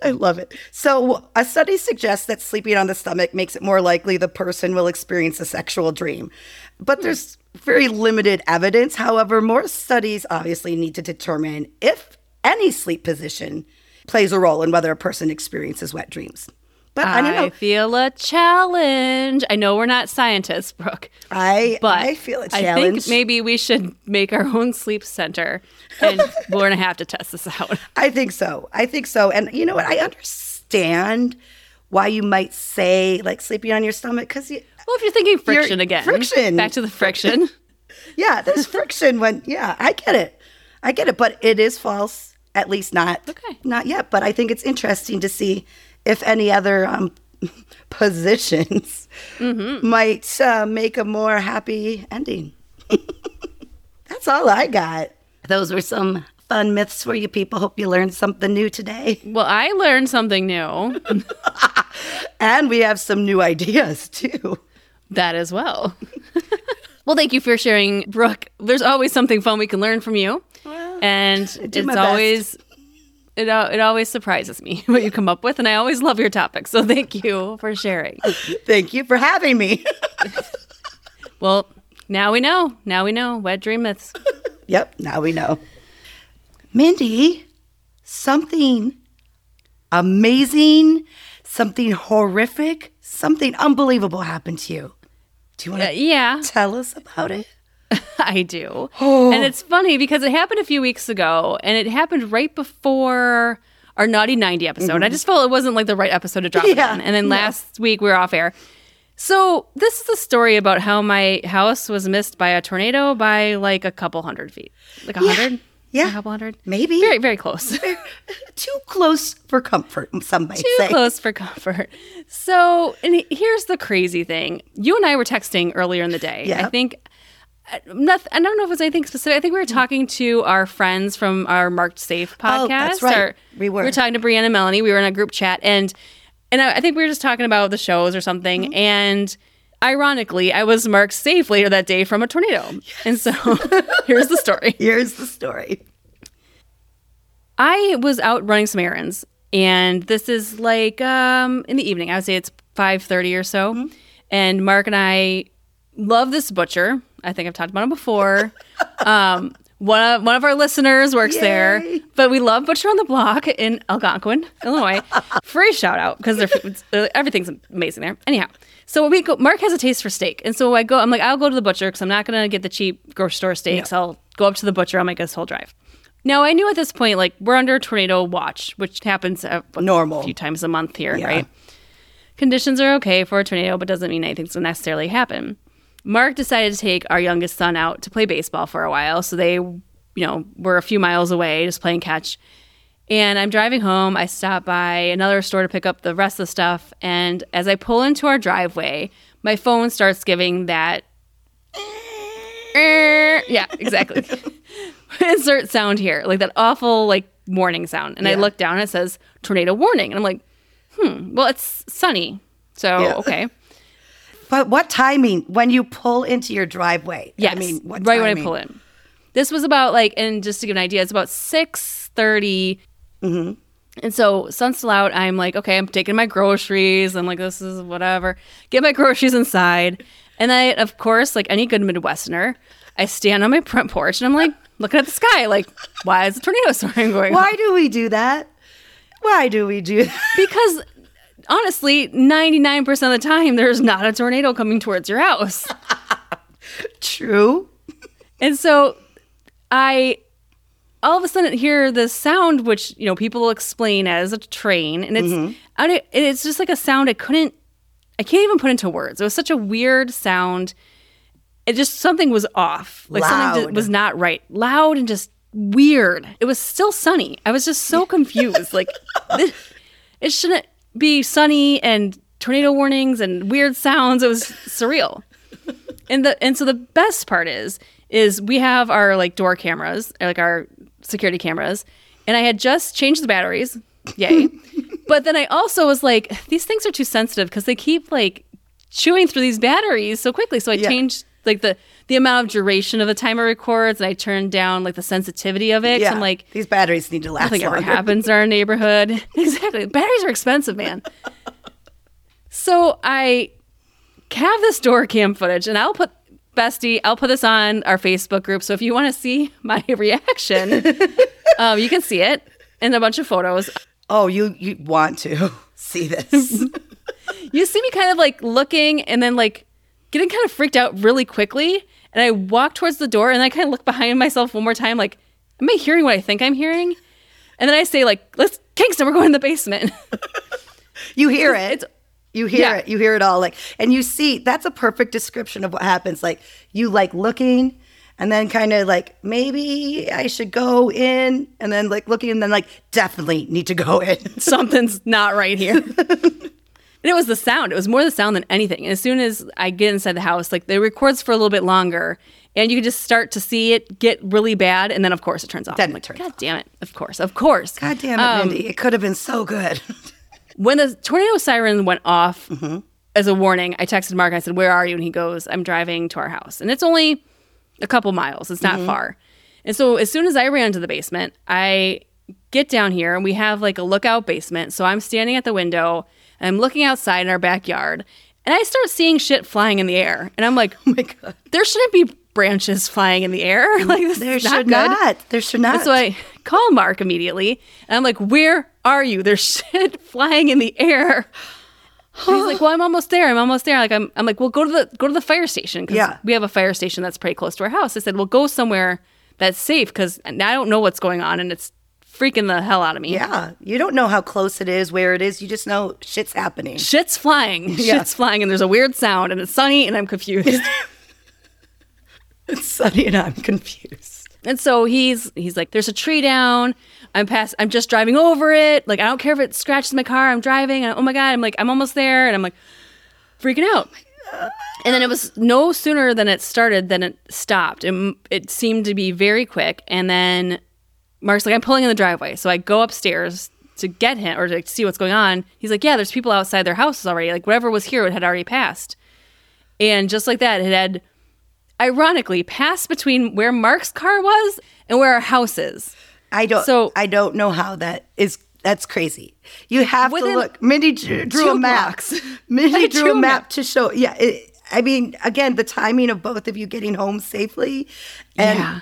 Speaker 2: I love it. So, a study suggests that sleeping on the stomach makes it more likely the person will experience a sexual dream. But there's very limited evidence. However, more studies obviously need to determine if any sleep position plays a role in whether a person experiences wet dreams. But I,
Speaker 1: I,
Speaker 2: don't know.
Speaker 1: feel a challenge. I know we're not scientists, Brooke,
Speaker 2: I
Speaker 1: but
Speaker 2: I feel a
Speaker 1: I
Speaker 2: challenge.
Speaker 1: think maybe we should make our own sleep center, and we're gonna have to test this out.
Speaker 2: I think so. I think so. And you know what? I understand why you might say like sleeping on your stomach because you
Speaker 1: Well, if you're thinking friction again,
Speaker 2: friction.
Speaker 1: Back to the friction.
Speaker 2: Yeah, there's friction when yeah, I get it. I get it, but it is false. At least not
Speaker 1: Okay.
Speaker 2: not yet, but I think it's interesting to see if any other um, positions might uh, make a more happy ending. That's all I got. Those were some fun myths for you people. Hope you learned something new today.
Speaker 1: Well, I learned something new.
Speaker 2: And we have some new ideas too.
Speaker 1: That as well. well, thank you for sharing, Brooke. There's always something fun we can learn from you, and
Speaker 2: do my
Speaker 1: it's
Speaker 2: best.
Speaker 1: always it al- it always surprises me what you come up with, and I always love your topics. So thank you for sharing.
Speaker 2: Thank you for having me.
Speaker 1: Well, now we know. Now we know. Wet dream myths.
Speaker 2: Yep, now we know. Mindy, something amazing, something horrific, something unbelievable happened to you. Do you want
Speaker 1: Uh,
Speaker 2: to
Speaker 1: yeah,
Speaker 2: tell us about it?
Speaker 1: I do.
Speaker 2: Oh.
Speaker 1: And it's funny because it happened a few weeks ago, and it happened right before our Naughty 90 episode. I just felt it wasn't like the right episode to drop it
Speaker 2: Mm-hmm. Yeah,
Speaker 1: on. And then last week we were off air. So this is a story about how my house was missed by a tornado by like a couple hundred feet. Like a hundred?
Speaker 2: yeah.
Speaker 1: A couple hundred?
Speaker 2: Maybe
Speaker 1: Very, very close.
Speaker 2: too close for comfort, some might
Speaker 1: Too
Speaker 2: say.
Speaker 1: close for comfort. So, and he- here's the crazy thing: you and I were texting earlier in the day.
Speaker 2: Yeah.
Speaker 1: I think. I- noth- I don't know if it was anything specific. I think we were talking to our friends from our Marked Safe podcast.
Speaker 2: Oh, that's right.
Speaker 1: or-
Speaker 2: We were.
Speaker 1: We were talking to Brianna and Melanie. We were in a group chat, and and I, I think we were just talking about the shows or something.
Speaker 2: Mm-hmm.
Speaker 1: And ironically, I was marked safe later that day from a tornado. And so, here's the story.
Speaker 2: Here's the story.
Speaker 1: I was out running some errands, and this is like um, in the evening. I would say it's five thirty or so. And Mark and I love this butcher. I think I've talked about him before. um, One of, one of our listeners works there,
Speaker 2: Yay.
Speaker 1: but we love Butcher on the Block in Algonquin, Illinois. Free shout out because their food's, uh, everything's amazing there. Anyhow, so we go. Mark has a taste for steak, and so I go. I'm like, I'll go to the butcher because I'm not gonna get the cheap grocery store steaks. I'll go up to the butcher on my this whole drive. Now I knew at this point, like we're under a tornado watch, which happens a,
Speaker 2: Normal.
Speaker 1: a few times a month here,
Speaker 2: Yeah.
Speaker 1: right? Conditions are okay for a tornado, but doesn't mean anything's going to necessarily happen. Mark decided to take our youngest son out to play baseball for a while. So they, you know, were a few miles away just playing catch. And I'm driving home. I stop by another store to pick up the rest of the stuff. And as I pull into our driveway, my phone starts giving that. "Er," yeah, exactly. Insert sound here, like that awful, like warning sound. And I
Speaker 2: Yeah.
Speaker 1: look down and it says tornado warning. And I'm like, hmm, well, it's sunny. So,
Speaker 2: Yeah.
Speaker 1: okay.
Speaker 2: But what timing when you pull into your driveway?
Speaker 1: Yes.
Speaker 2: I mean, what
Speaker 1: right when I
Speaker 2: timing?
Speaker 1: pull in. This was about like, and just to give an idea, it's about 6.30.
Speaker 2: Mm-hmm.
Speaker 1: And so sun's still out. I'm like, okay, I'm taking my groceries. I'm like, this is whatever. Get my groceries inside. And I, of course, like any good Midwesterner, I stand on my front porch and I'm like, looking at the sky, like, why is the tornado siren going on?
Speaker 2: Why do we do that? Why do we do that?
Speaker 1: Because honestly, 99% of the time, there's not a tornado coming towards your house.
Speaker 2: True.
Speaker 1: And so I all of a sudden hear this sound, which, you know, people explain as a train. And it's, I don't- and it's just like a sound I couldn't, I can't even put into words. It was such a weird sound. It just, something was off. Like something just
Speaker 2: Loud.
Speaker 1: was not right. Loud and just weird. It was still sunny. I was just so confused. like, this, it shouldn't be sunny and tornado warnings and weird sounds. It was surreal. And the and so the best part is is we have our like door cameras, or, like our security cameras, and I had just changed the batteries. Yay. but then I also was like these things are too sensitive cuz they keep like chewing through these batteries so quickly. So I
Speaker 2: Yeah.
Speaker 1: changed like the the amount of duration of the timer records and I turned down like the sensitivity of it. 'cause
Speaker 2: Yeah.
Speaker 1: I'm like
Speaker 2: these batteries need to last
Speaker 1: nothing ever
Speaker 2: longer.
Speaker 1: happens in our neighborhood. exactly. Batteries are expensive, man. so I have this door cam footage, and I'll put Bestie, I'll put this on our Facebook group. So if you want to see my reaction, um, you can see it in a bunch of photos.
Speaker 2: Oh, you you want to see this?
Speaker 1: You see me kind of like looking and then like getting kind of freaked out really quickly. And I walk towards the door and I kind of look behind myself one more time, like, am I hearing what I think I'm hearing? And then I say, like, let's Kingston, we're going in the basement.
Speaker 2: you hear it. you hear
Speaker 1: yeah.
Speaker 2: it. You hear it all. Like, and you see. That's a perfect description of what happens. Like, you like looking, and then kind of like maybe I should go in, and then like looking, and then like definitely need to go in.
Speaker 1: something's not right here. and it was the sound. It was more the sound than anything. And as soon as I get inside the house, like it records for a little bit longer, and you can just start to see it get really bad, and then of course it turns off.
Speaker 2: Then
Speaker 1: I'm
Speaker 2: it
Speaker 1: like,
Speaker 2: turns
Speaker 1: God damn it! Of course, of course.
Speaker 2: God damn it, Mindy! It could have been so good.
Speaker 1: When the tornado siren went off
Speaker 2: Mm-hmm.
Speaker 1: as a warning, I texted Mark. I said, "Where are you?" And he goes, "I'm driving to our house, and it's only a couple miles. It's
Speaker 2: Mm-hmm.
Speaker 1: not far." And so as soon as I ran to the basement, I get down here and we have like a lookout basement. So I'm standing at the window and I'm looking outside in our backyard, and I start seeing shit flying in the air, and I'm like, "Oh my
Speaker 2: God.
Speaker 1: There shouldn't be branches flying in the air. like this
Speaker 2: There
Speaker 1: is not
Speaker 2: should
Speaker 1: good.
Speaker 2: not. There should not.
Speaker 1: So I call Mark immediately and I'm like, Where are you? There's shit flying in the air. And he's like, Well, I'm almost there. I'm almost there. Like I'm I'm like, Well, go to the go to the fire station because
Speaker 2: Yeah.
Speaker 1: we have a fire station that's pretty close to our house. I said, Well, go somewhere that's safe because I don't know what's going on and it's freaking the hell out of me.
Speaker 2: yeah, you don't know how close it is, where it is. You just know shit's happening.
Speaker 1: Shit's flying.
Speaker 2: Yeah.
Speaker 1: Shit's flying and there's a weird sound and it's sunny and I'm confused.
Speaker 2: It's sunny, and I'm confused.
Speaker 1: And so he's he's like, "There's a tree down. I'm past. I'm just driving over it. Like I don't care if it scratches my car. I'm driving. And oh my god! I'm like I'm almost there. And I'm like freaking out. And then it was no sooner than it started than it stopped. It, it seemed to be very quick. And then Mark's like, I'm pulling in the driveway. So I go upstairs to get him or to see what's going on. He's like, Yeah, there's people outside their houses already. Like whatever was here, it had already passed. And just like that, it had ironically passed between where Mark's car was and where our house is.
Speaker 2: I don't.
Speaker 1: So-
Speaker 2: So I don't know how that is. That's crazy. You have to
Speaker 1: Within
Speaker 2: look. Mindy d- drew
Speaker 1: two
Speaker 2: a map.
Speaker 1: blocks.
Speaker 2: Mindy
Speaker 1: drew
Speaker 2: drew
Speaker 1: a
Speaker 2: a
Speaker 1: map.
Speaker 2: map to show. Yeah. It, I mean, again, the timing of both of you getting home safely, and
Speaker 1: yeah.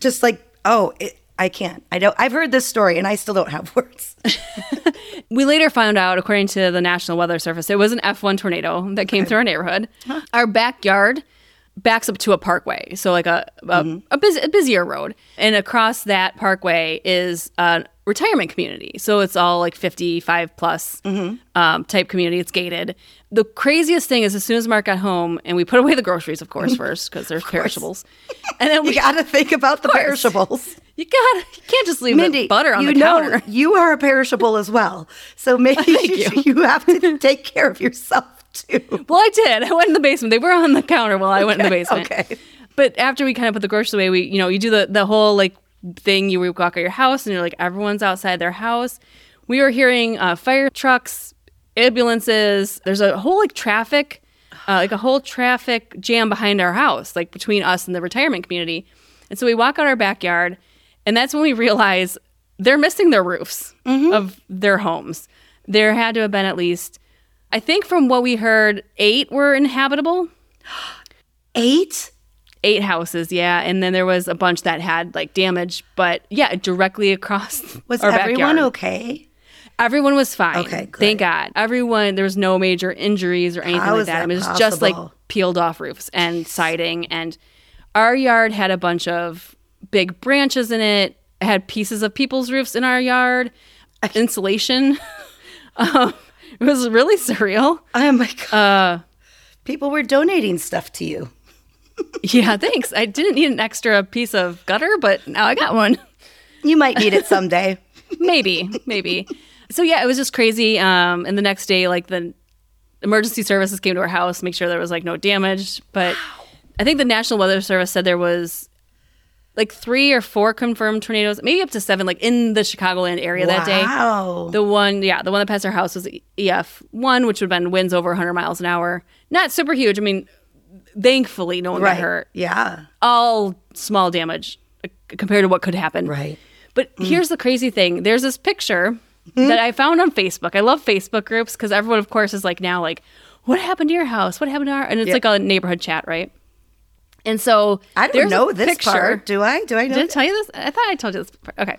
Speaker 2: just like, oh, it, I can't. I don't. I've heard this story, and I still don't have words.
Speaker 1: We later found out, according to the National Weather Service, it was an F1 tornado that came through our neighborhood. Our backyard backs up to a parkway, so like a a, a, bus- a busier road, and across that parkway is a retirement community. So it's all like 55 plus um, type community. It's gated. The craziest thing is, as soon as Mark got home, and we put away the groceries, of course, first because they're perishables, and then
Speaker 2: You
Speaker 1: we
Speaker 2: got to think about the perishables.
Speaker 1: you got you can't just leave
Speaker 2: Mindy,
Speaker 1: the butter on
Speaker 2: you
Speaker 1: the
Speaker 2: know
Speaker 1: counter.
Speaker 2: you are a perishable as well, so maybe you, you have to take care of yourself too.
Speaker 1: Well, I did. I went in the basement. They were on the counter while I went in the basement.
Speaker 2: okay.
Speaker 1: But after we kind of put the groceries away, we you know you do the the whole like thing. You walk out your house and you're like everyone's outside their house. We were hearing uh, fire trucks, ambulances. There's a whole like traffic, uh, like a whole traffic jam behind our house, like between us and the retirement community. And so we walk out our backyard, and that's when we realize they're missing their roofs of their homes. There had to have been at least, I think, from what we heard, eight were inhabitable
Speaker 2: Eight.
Speaker 1: eight houses, yeah, and then there was a bunch that had like damage, but yeah, directly across
Speaker 2: Was
Speaker 1: our
Speaker 2: everyone
Speaker 1: backyard.
Speaker 2: okay?
Speaker 1: Everyone was fine.
Speaker 2: Okay, good.
Speaker 1: thank God. Everyone, there was no major injuries or anything
Speaker 2: How
Speaker 1: like
Speaker 2: is
Speaker 1: that.
Speaker 2: that
Speaker 1: I mean, it was just like
Speaker 2: possible?
Speaker 1: peeled off roofs and siding, and our yard had a bunch of big branches in it. It had pieces of people's roofs in our yard, insulation. um, it was really surreal.
Speaker 2: Oh my god.
Speaker 1: Uh,
Speaker 2: People were donating stuff to you.
Speaker 1: Yeah, thanks. I didn't need an extra piece of gutter, but now I got one.
Speaker 2: You might need it someday.
Speaker 1: maybe maybe so yeah it was just crazy um and the next day like the emergency services came to our house make sure there was like no damage but i think the national weather service said there was like three or four confirmed tornadoes maybe up to seven like in the chicagoland area that day
Speaker 2: Wow.
Speaker 1: the one yeah the one that passed our house was ef1 which would have been winds over 100 miles an hour not super huge i mean thankfully no one got hurt
Speaker 2: Yeah.
Speaker 1: all small damage uh, c- compared to what could happen
Speaker 2: Right.
Speaker 1: but here's the crazy thing. There's this picture that I found on Facebook. I love Facebook groups because everyone, of course, is like now like, what happened to your house? What happened to our? And it's
Speaker 2: Yeah.
Speaker 1: like a neighborhood chat, right? And so
Speaker 2: I don't
Speaker 1: there's a
Speaker 2: know this
Speaker 1: picture.
Speaker 2: part. Do I? Do I know?
Speaker 1: Did I tell you this? I thought I told you this. Part. Okay.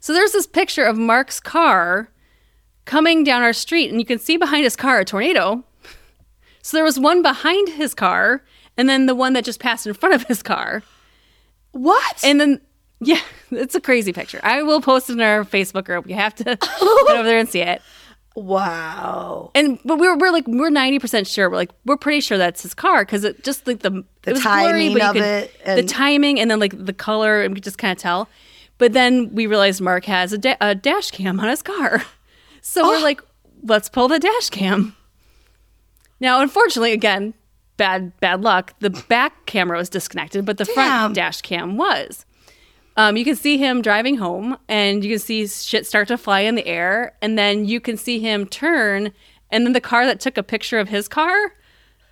Speaker 1: So there's this picture of Mark's car coming down our street, and you can see behind his car a tornado. So there was one behind his car, and then the one that just passed in front of his car.
Speaker 2: what?
Speaker 1: And then, yeah, it's a crazy picture. I will post it in our Facebook group. You have to get over there and see it.
Speaker 2: wow.
Speaker 1: And but we're we're like we're ninety percent sure. We're like we're pretty sure that's his car because it just like the it was blurry,
Speaker 2: timing
Speaker 1: but you
Speaker 2: of
Speaker 1: could-
Speaker 2: it
Speaker 1: the
Speaker 2: and-
Speaker 1: timing, and then like the color, and we could just kind of tell. But then we realized Mark has a, da- a dash cam on his car, so
Speaker 2: Oh.
Speaker 1: we're like, let's pull the dash cam. Now, unfortunately, again, bad bad luck. The back camera was disconnected, but the
Speaker 2: Damn.
Speaker 1: front dash cam was. Um, you can see him driving home, and you can see shit start to fly in the air, and then you can see him turn, and then the car that took a picture of his car,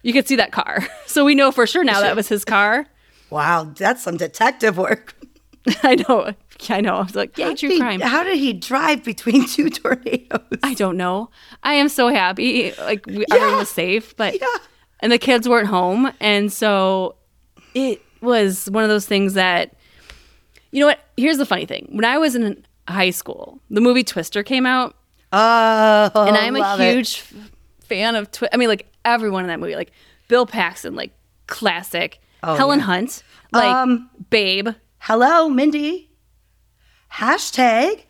Speaker 1: you could see that car. So we know for sure now that was his car.
Speaker 2: Wow. That's some detective work.
Speaker 1: I know, I know. I was like, yeah, true
Speaker 2: He-
Speaker 1: crime.
Speaker 2: How did he drive between two tornadoes?
Speaker 1: I don't know. I am so happy, like we, everyone was safe, but
Speaker 2: Yeah.
Speaker 1: and the kids weren't home, and so it was one of those things that you know what? Here's the funny thing: when I was in high school, the movie Twister came out.
Speaker 2: Oh,
Speaker 1: and I'm
Speaker 2: love
Speaker 1: a
Speaker 2: it.
Speaker 1: huge f- fan of Twi- I mean, like everyone in that movie, like Bill Paxton, like classic Helen Hunt, like
Speaker 2: Oh, Um,
Speaker 1: Babe.
Speaker 2: Hello, Mindy. Hashtag.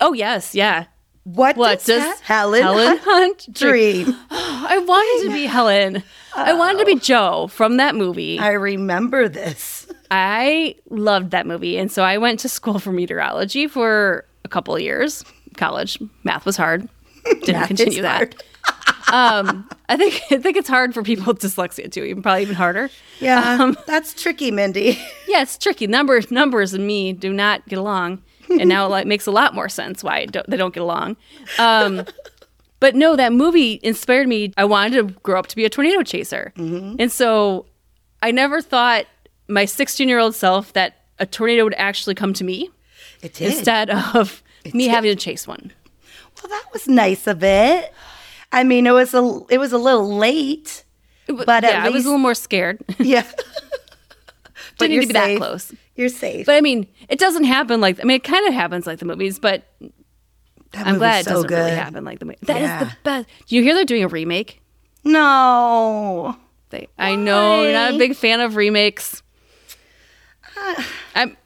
Speaker 1: Oh yes, yeah.
Speaker 2: What,
Speaker 1: What
Speaker 2: does,
Speaker 1: does
Speaker 2: Ha- Helen,
Speaker 1: Helen
Speaker 2: Hunt
Speaker 1: Hunt dream?
Speaker 2: dream?
Speaker 1: I wanted to be Helen. I wanted to be Joe from that movie.
Speaker 2: Oh. I remember this.
Speaker 1: I loved that movie, and so I went to school for meteorology for a couple of years. College math was hard. Didn't
Speaker 2: Math is
Speaker 1: continue that.
Speaker 2: hard.
Speaker 1: Um, I think I think it's hard for people with dyslexia too. Even probably even harder.
Speaker 2: Yeah,
Speaker 1: Um,
Speaker 2: that's tricky, Mindy.
Speaker 1: yeah, it's tricky. Numbers, numbers, and me do not get along, and now it like, makes a lot more sense why it don't, they don't get along. Um, but no, that movie inspired me. I wanted to grow up to be a tornado chaser,
Speaker 2: Mm-hmm.
Speaker 1: and so I never thought my 16 year old self that a tornado would actually come to me
Speaker 2: It did.
Speaker 1: instead of me having to chase one.
Speaker 2: well, that was nice of it. I mean, it was a it was a little late,
Speaker 1: w-
Speaker 2: but
Speaker 1: yeah,
Speaker 2: at
Speaker 1: I was
Speaker 2: least
Speaker 1: a little more scared.
Speaker 2: yeah.
Speaker 1: Didn't need
Speaker 2: you're
Speaker 1: to be that
Speaker 2: safe.
Speaker 1: close.
Speaker 2: You're safe.
Speaker 1: But I mean, it doesn't happen like I mean, it kind of happens like the movies, but
Speaker 2: that
Speaker 1: I'm
Speaker 2: movie's
Speaker 1: glad it
Speaker 2: so
Speaker 1: doesn't
Speaker 2: good.
Speaker 1: really happen like the movie. That is
Speaker 2: Yeah.
Speaker 1: the best. Do you hear they're doing a remake?
Speaker 2: No.
Speaker 1: They, I know you're not a
Speaker 2: Why? Uh.
Speaker 1: big fan of remakes. I'm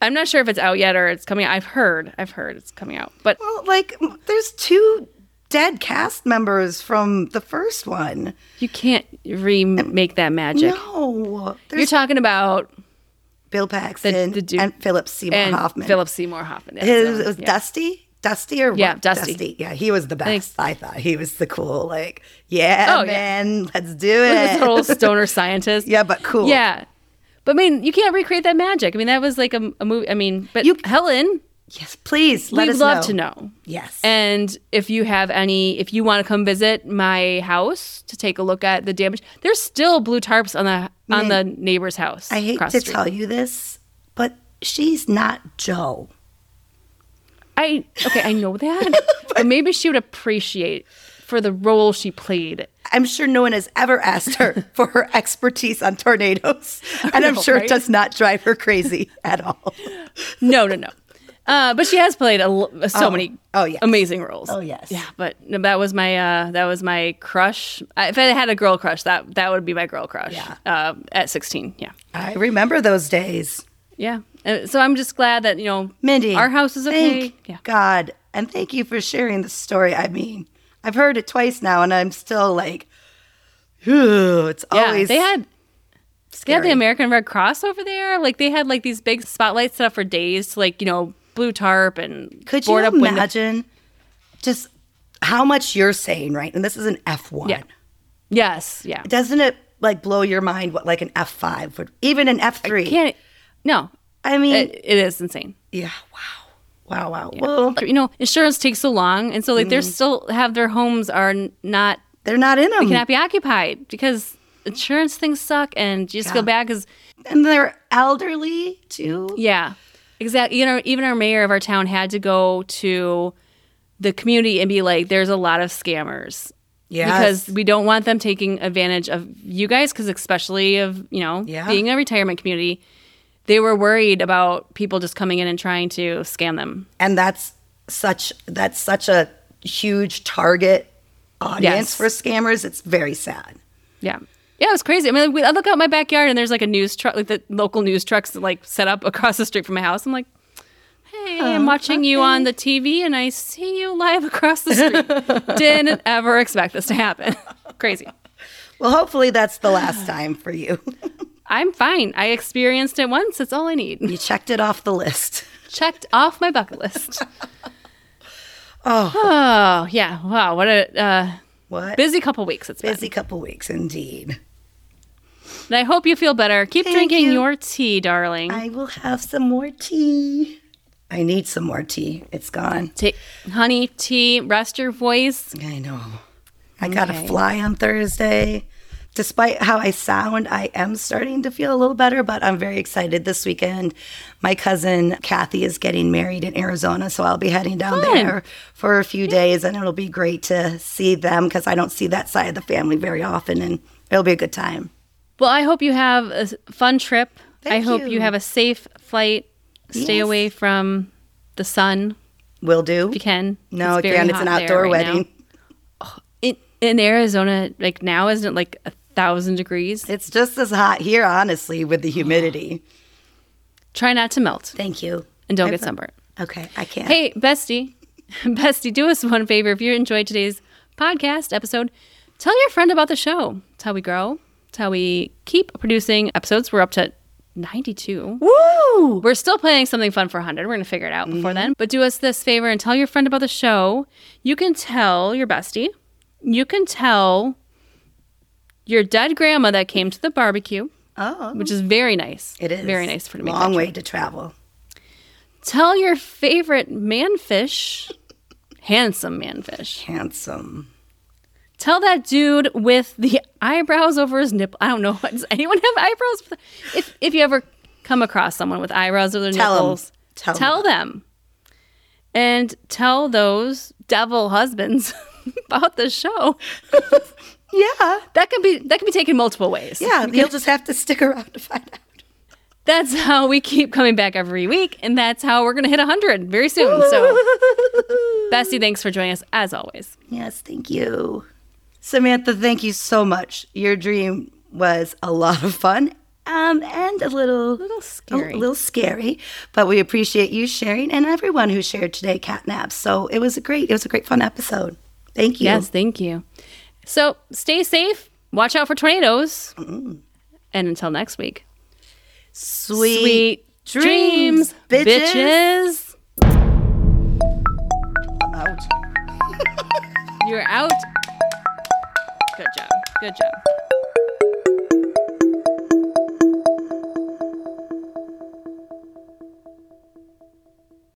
Speaker 1: I'm not sure if it's out yet or it's coming out. I've heard. I've heard it's coming out. But
Speaker 2: Well, like m- there's two dead cast members from the first one.
Speaker 1: you can't remake that magic.
Speaker 2: No.
Speaker 1: You're
Speaker 2: There's
Speaker 1: talking about
Speaker 2: Bill Paxton
Speaker 1: the dude-
Speaker 2: and Philip Seymour
Speaker 1: and
Speaker 2: Hoffman.
Speaker 1: Philip Seymour Hoffman. That's
Speaker 2: His-
Speaker 1: the
Speaker 2: it
Speaker 1: one.
Speaker 2: was
Speaker 1: Yeah.
Speaker 2: Dusty? Dusty or
Speaker 1: Yeah,
Speaker 2: what?
Speaker 1: Dusty.
Speaker 2: Yeah, he was the
Speaker 1: think-
Speaker 2: best. I thought he was the cool, like, yeah,
Speaker 1: Oh, yeah.
Speaker 2: man, let's do
Speaker 1: This
Speaker 2: it.
Speaker 1: total stoner scientist.
Speaker 2: yeah, but cool.
Speaker 1: Yeah. But I mean, you can't recreate that magic. I mean, that was like a, a movie. I mean, but
Speaker 2: You-
Speaker 1: Helen,
Speaker 2: Yes, please. Let
Speaker 1: we'd
Speaker 2: us
Speaker 1: love
Speaker 2: know.
Speaker 1: to know.
Speaker 2: Yes.
Speaker 1: And if you have any, if you want to come visit my house to take a look at the damage, there's still blue tarps on the on the neighbor's house.
Speaker 2: I hate to
Speaker 1: across the street.
Speaker 2: tell you this, but she's not Joe.
Speaker 1: I okay, I know that, but, maybe she would appreciate for the role she played.
Speaker 2: I'm sure no one has ever asked her for her expertise on tornadoes. And I'm
Speaker 1: know,
Speaker 2: sure
Speaker 1: right?
Speaker 2: it does not drive her crazy at all.
Speaker 1: No, no, no. Uh, but she has played a, l- so many
Speaker 2: oh, yes.
Speaker 1: amazing roles.
Speaker 2: Oh, yes.
Speaker 1: yeah. But no, that was my uh, that was my crush. I, if I had a girl crush, that that would be my girl crush.
Speaker 2: Yeah.
Speaker 1: Uh, at sixteen, yeah.
Speaker 2: I remember those days.
Speaker 1: Yeah. Uh, So I'm just glad that, you know,
Speaker 2: Mindy.
Speaker 1: our house is okay.
Speaker 2: Thank
Speaker 1: Yeah.
Speaker 2: God. And thank you for sharing the story. I mean, I've heard it twice now and I'm still like, ooh, it's
Speaker 1: Yeah.
Speaker 2: always
Speaker 1: They had they had
Speaker 2: scary.
Speaker 1: the American Red Cross over there. Like they had like these big spotlights set up for days to like, you know, blue tarp and
Speaker 2: Could you
Speaker 1: board up windows.
Speaker 2: imagine just how much you're saying, right? And this is an F1.
Speaker 1: Yeah. Yes. Yeah.
Speaker 2: Doesn't it like blow your mind what like an F5 would, even an F3?
Speaker 1: Can't uh, no.
Speaker 2: I mean,
Speaker 1: It, it is insane.
Speaker 2: yeah, wow. Wow, wow. Well,
Speaker 1: You know, insurance takes so long and so like
Speaker 2: Mm.
Speaker 1: they're still have their homes are n- not
Speaker 2: they're not in them.
Speaker 1: cannot be occupied because insurance things suck and you just feel bad because
Speaker 2: and they're elderly too.
Speaker 1: Yeah, exactly. You know, even our mayor of our town had to go to the community and be like, "There's a lot of scammers because we don't want them taking advantage of you guys, because especially of you know
Speaker 2: Yeah.
Speaker 1: being a retirement community." They were worried about people just coming in and trying to scam them.
Speaker 2: and that's such that's such a huge target audience
Speaker 1: Yes.
Speaker 2: for scammers. It's very sad.
Speaker 1: Yeah. Yeah, it was crazy. I mean, like, we, I look out my backyard and there's like a news truck, like the local news trucks like set up across the street from my house. I'm like, hey, I'm watching you on the TV and I see you live across the street. Didn't ever expect this to happen. crazy.
Speaker 2: Well, hopefully that's the last time for you.
Speaker 1: I'm fine. I experienced it once. It's all I need.
Speaker 2: you checked it off the list.
Speaker 1: Checked off my bucket list. oh. oh, yeah. Wow. What a uh,
Speaker 2: What?
Speaker 1: busy couple weeks it's been.
Speaker 2: Busy couple weeks indeed.
Speaker 1: And I hope you feel better. Keep
Speaker 2: Thank
Speaker 1: drinking
Speaker 2: you.
Speaker 1: your tea, darling.
Speaker 2: I will have some more tea. I need some more tea. It's gone.
Speaker 1: Take honey, tea, rest your voice.
Speaker 2: I know. I got to
Speaker 1: Okay.
Speaker 2: fly on Thursday. Despite how I sound, I am starting to feel a little better, but I'm very excited this weekend. My cousin Kathy is getting married in Arizona, so I'll be heading down there for a few days, and it'll be great to see them because I don't see that side of the family very often, and it'll be a good time.
Speaker 1: Well, I hope you have a s- fun trip. I
Speaker 2: Thank
Speaker 1: hope you
Speaker 2: you.
Speaker 1: have a safe flight. Stay
Speaker 2: Yes.
Speaker 1: away from the sun
Speaker 2: Will do.
Speaker 1: if you can.
Speaker 2: no,
Speaker 1: very
Speaker 2: again, it's an
Speaker 1: hot there
Speaker 2: outdoor
Speaker 1: right now.
Speaker 2: wedding.
Speaker 1: In, in Arizona, like now, isn't it like a thousand degrees?
Speaker 2: It's just as hot here, honestly, with the humidity.
Speaker 1: Try not to melt
Speaker 2: Thank you.
Speaker 1: and don't get sunburned.
Speaker 2: Okay, I can't.
Speaker 1: Hey, bestie, bestie, do us one favor. If you enjoyed today's podcast episode, tell your friend about the show. It's how we grow. It's how we keep producing episodes. We're up to 92.
Speaker 2: Woo!
Speaker 1: We're still planning something fun for 100. We're going to figure it out
Speaker 2: Mm-hmm.
Speaker 1: before then. But do us this favor and tell your friend about the show. You can tell your bestie. You can tell your dead grandma that came to the barbecue,
Speaker 2: Oh,
Speaker 1: which is very nice.
Speaker 2: it is
Speaker 1: Very nice for me.
Speaker 2: Long way to travel.
Speaker 1: Tell your favorite manfish, handsome manfish.
Speaker 2: handsome.
Speaker 1: Tell that dude with the eyebrows over his nipple. I don't know. Does anyone have eyebrows? If, if you ever come across someone with eyebrows over their
Speaker 2: Tell 'em.
Speaker 1: nipples,
Speaker 2: Tell 'em.
Speaker 1: them. And tell those devil husbands about the show.
Speaker 2: Yeah.
Speaker 1: That can be that can be taken multiple ways.
Speaker 2: Yeah. You'll just have to stick around to find out.
Speaker 1: That's how we keep coming back every week, and that's how we're going to hit 100 very soon. So, Bessie, thanks for joining us as always.
Speaker 2: Yes, thank you. Samantha, thank you so much. Your dream was a lot of fun um, and a little,
Speaker 1: A little
Speaker 2: a
Speaker 1: scary.
Speaker 2: little scary, but we appreciate you sharing and everyone who shared today catnaps. So it was a great, it was a great fun episode. Thank you.
Speaker 1: Yes, thank you. So, stay safe, watch out for tornadoes,
Speaker 2: Mm-hmm.
Speaker 1: and until next week,
Speaker 2: Sweet,
Speaker 1: dreams,
Speaker 2: bitches.
Speaker 1: bitches.
Speaker 2: Out.
Speaker 1: You're out. Good job. Good job.